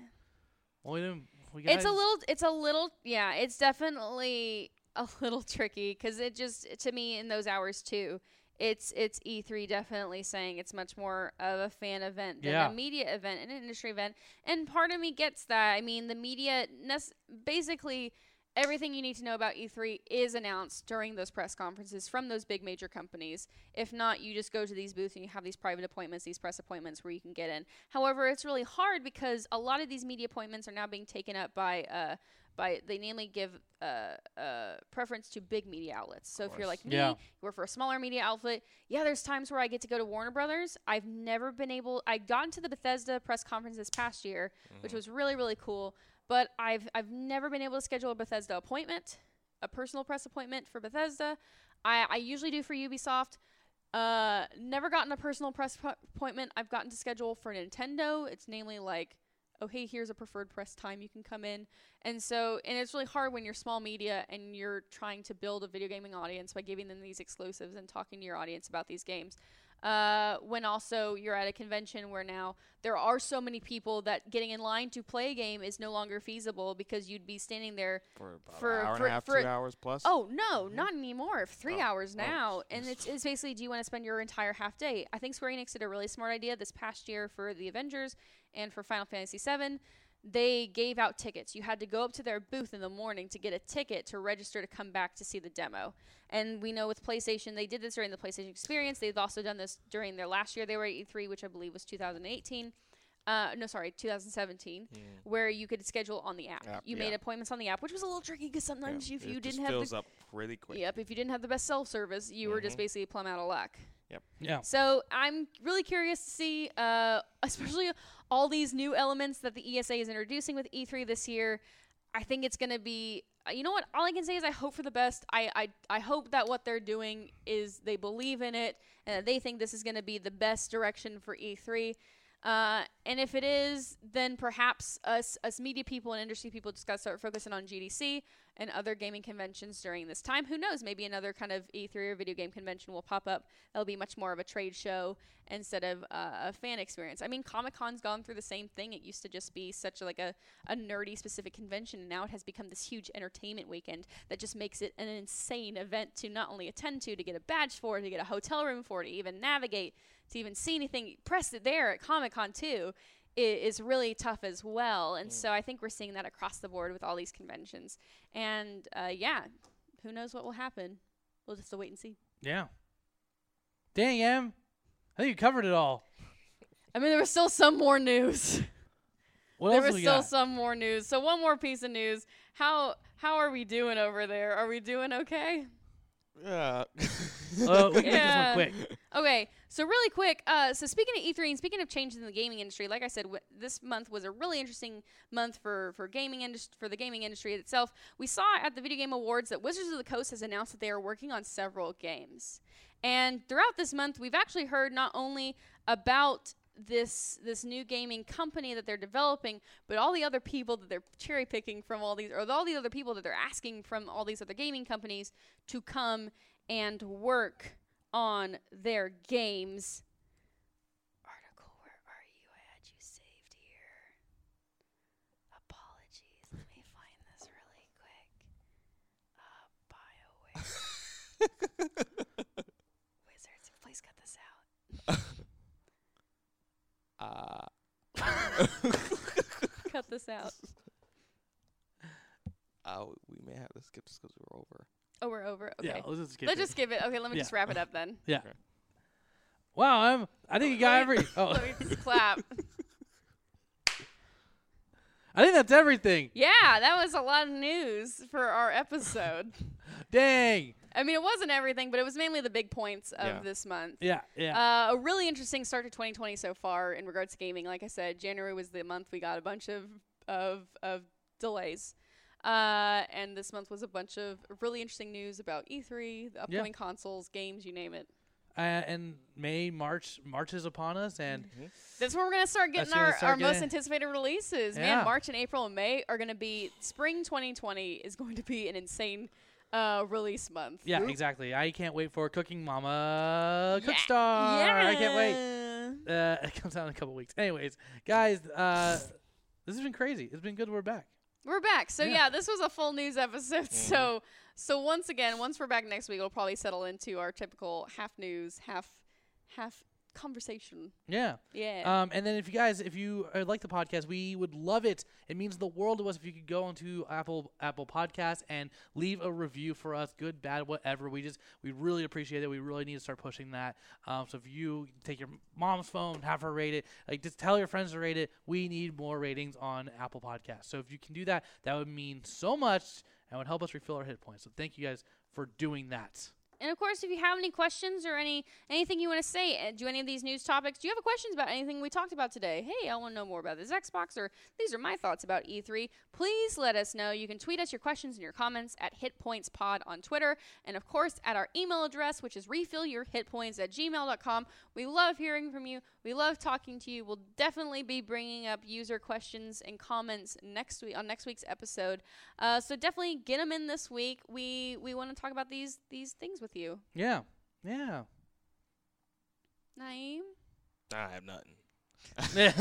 B: Well, we didn't- we
A: it's a
B: gotta-
A: little it's a little yeah it's definitely a little tricky because it just to me in those hours too it's it's e3 definitely saying it's much more of a fan event than
B: Yeah.
A: a media event and an industry event and part of me gets that i mean the media nes- basically everything you need to know about e3 is announced during those press conferences from those big major companies if not you just go to these booths and you have these private appointments these press appointments where you can get in However, it's really hard because a lot of these media appointments are now being taken up by uh, by they namely give uh, uh, preference to big media outlets. So if you're like me,
B: Yeah.
A: you work for a smaller media outlet. Yeah, there's times where I get to go to Warner Brothers. I've never been able. I got into the Bethesda press conference this past year,
C: Mm-hmm.
A: which was really really cool. But I've I've never been able to schedule a Bethesda appointment, a personal press appointment for Bethesda. I, I usually do for Ubisoft. Uh, never gotten a personal press po- appointment. I've gotten to schedule for Nintendo. It's namely like, oh hey, here's a preferred press time you can come in, and so and it's really hard when you're small media and you're trying to build a video gaming audience by giving them these exclusives and talking to your audience about these games. Uh, when also you're at a convention where now there are so many people that getting in line to play a game is no longer feasible because you'd be standing there
C: For about
A: For-
C: an hour
A: for-
C: and a half,
A: for-
C: two hours plus.
A: Oh no, not anymore. Three
C: Mm-hmm. Oh.
A: hours now, and
C: jeez.
A: it's, it's basically do you want to spend your entire half day? I think Square Enix did a really smart idea this past year for the Avengers and for Final Fantasy VII. They gave out tickets. You had to go up to their booth in the morning to get a ticket to register to come back to see the demo. And we know with PlayStation, they did this during the PlayStation Experience. They've also done this during their last year they were at E3, which I believe was 2018. Uh, no, sorry, 2017, where you could schedule on the app.
C: App,
A: you
C: yeah.
A: made appointments on the app, which was a little tricky because
C: Yeah,
A: sometimes if
C: it
A: you
C: just
A: didn't have
C: fills
A: the
C: up really quick.
A: Yep, if you didn't have the best self service, you were just
C: Mhm.
A: basically plumb out of luck.
B: Yeah.
A: So I'm really curious to see, uh, especially all these new elements that the ESA is introducing with E3 this year. I think it's going to be, uh, you know what? All I can say is I hope for the best. I, I, I hope that what they're doing is they believe in it and that they think this is going to be the best direction for E E3. Uh, and if it is, then perhaps us, us media people and industry people just got to start focusing on GDC and other gaming conventions during this time. Who knows? Maybe another kind of E3 or video game convention will pop up. That'll be much more of a trade show instead of uh, a fan experience. I mean, Comic Con's gone through the same thing. It used to just be such a, like a, a nerdy specific convention, and now it has become this huge entertainment weekend that just makes it an insane event to not only attend to, to get a badge for, to get a hotel room for, to even navigate, to even see anything. Press it there at Comic Con too i- is really tough as well.
B: Mm.
A: And so I think we're seeing that across the board with all these conventions. And uh, yeah, who knows what will happen? We'll just have to wait and see.
B: Yeah. Dang, Em. I think you covered it all.
A: I mean, there was still some more news.
B: What
A: there
B: else
A: was
B: do we
A: still
B: got?
A: some more news. So one more piece of news. How how are we doing over there? Are we doing okay?
C: Yeah.
B: Uh, we can
A: Yeah.
B: make this one quick.
A: Okay, so really quick. Uh, so speaking of E3 and speaking of changes in the gaming industry, like I said, w- this month was a really interesting month for for gaming industry for the gaming industry itself. We saw at the Video Game Awards that Wizards of the Coast has announced that they are working on several games, and throughout this month, we've actually heard not only about this this new gaming company that they're developing, but all the other people that they're cherry picking from all these, or all the other people that they're asking from all these other gaming companies to come and work on their games. Article, where are you? I had you saved here. Apologies. Let me find this really quick. Uh, BioWare. Wizards, please cut this out.
C: Uh,
A: Cut this out.
C: oh, we may have to skip this because we're over.
A: Oh, we're over. Okay.
B: Yeah, let's just skip
A: Let's
B: it.
A: just give it. Okay, let me
B: Yeah.
A: just wrap it up then.
B: Yeah. Wow, Em. I think you got every. Oh,
A: Let me just clap.
B: I think that's everything.
A: Yeah, that was a lot of news for our episode.
B: Dang.
A: I mean, it wasn't everything, but it was mainly the big points of
C: Yeah.
A: this month.
B: Yeah, yeah.
A: Uh, a really interesting start to 2020 so far in regards to gaming. Like I said, January was the month we got a bunch of of, of delays, uh, and this month was a bunch of really interesting news about E3, the upcoming consoles, games, you name it.
B: uh, and May March marches upon us,
A: Mm.
B: and
A: That's when we're gonna start getting
B: That's when
A: our,
B: we start
A: our most
B: getting-
A: anticipated releases.
B: Yeah.
A: Man, March and April and May are gonna be spring 2020 is going to be an insane uh, release month.
B: yeah, exactly. I can't wait for Cooking Mama Cookstar. I can't wait.
A: Yeah.
B: Uh, it comes out in a couple weeks. Anyways, guys, uh, this has been crazy. It's been good. We're back.
A: We're back. So
B: Yeah. Mm-hmm.
A: yeah. this was a full news episode. So so once again, once we're back next week, it'll probably settle into our typical half news, half half conversation.
B: Yeah.
A: Yeah.
B: Um, and then if you guys, if you uh, like the podcast, we would love it. It means the world to us if you could go onto Apple Apple Podcasts and leave a review for us, good, bad, whatever. We just we really appreciate it. We really need to start pushing that. Um, so if you take your mom's phone, have her rate it, like just tell your friends to rate it. We need more ratings on Apple Podcasts. So if you can do that, that would mean so much and would help us refill our hit points. So thank you guys for doing that.
A: and of course, if you have any questions or any anything you want to say, uh, do any of these news topics? Do you have questions about anything we talked about today? Hey, I want to know more about this Xbox, or these are my thoughts about E3. Please let us know. You can tweet us your questions and your comments at HitPointsPod on Twitter, and of course at our email address, which is refillyourhitpoints at gmail.com. We love hearing from you. We love talking to you. We'll definitely be bringing up user questions and comments next week on next week's episode. Uh, so definitely get them in this week. We we want to talk about these these things with you,
B: Yeah, yeah.
A: Naeem.
C: I have nothing.
B: yeah,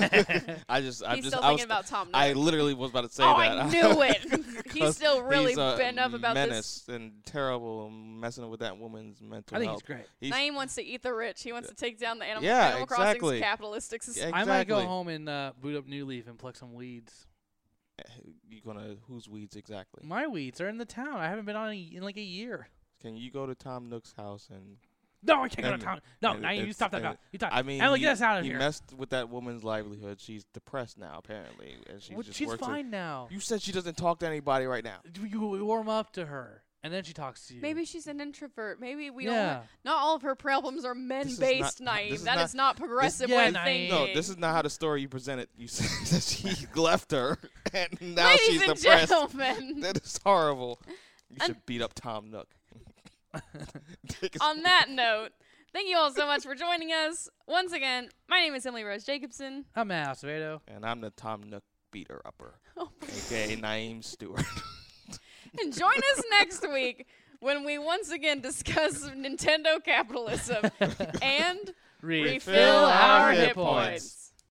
C: I just, I
A: He's
C: just,
A: still
C: I was,
A: thinking about Tom.
C: I
A: Nook.
C: literally was about to say
A: oh,
C: that.
A: I knew it. he's
C: 'Cause
A: still really
C: he's a
A: bent up about
C: menace and terrible, and messing with that woman's mental
B: I think
C: health.
B: it's great.
A: this.
C: He's-
A: Naeem wants to eat the rich. He wants to take down the animal.
C: Yeah,
A: animal
C: exactly.
A: Crossing's capitalistic society.
B: I might go
C: Exactly.
B: home and uh, boot up New Leaf and pluck some weeds.
C: Eh, you gonna whose weeds exactly?
B: My weeds are in the town. I haven't been on a, in like a year.
C: Can you go to Tom Nook's house and?
B: No, I can't go to
C: And-
B: town. No,
C: and
B: now you
C: it's-
B: stop that.
C: and
B: Now. You stop.
C: I mean,
B: Emily,
C: he,
B: get us out of
C: he
B: here.
C: messed with that woman's livelihood. She's depressed now, apparently, and she
B: Well,
C: just
B: she's
C: works. with-
B: fine now.
C: you said she doesn't talk to anybody right now.
B: You, you warm up to her, and then she talks to you.
A: Maybe she's an introvert. Maybe we don't.
B: Yeah.
A: want- Not all of her problems are
C: is
A: men-based,
C: not-
A: Naeem.
C: this is
A: That
C: not-
A: is not progressive
B: yeah,
A: way of
B: Naeem.
A: thinking.
C: No, this is not how the story you presented. You said that she left her, and now
A: Ladies
C: she's
A: and
C: depressed.
A: gentlemen,
C: That is horrible. You
A: Un-
C: should beat up Tom Nook. Take his-
A: on that note, thank you all so much for joining us once again. My name is Emily Rose Jacobson.
B: I'm Matt Acevedo.
C: and I'm the Tom Nook beater upper,
A: Oh,
C: aka Naeem Stewart.
A: And join us next week when we once again discuss Nintendo capitalism and
B: Read.
A: refill our
C: hit
A: hit
C: points.
A: points.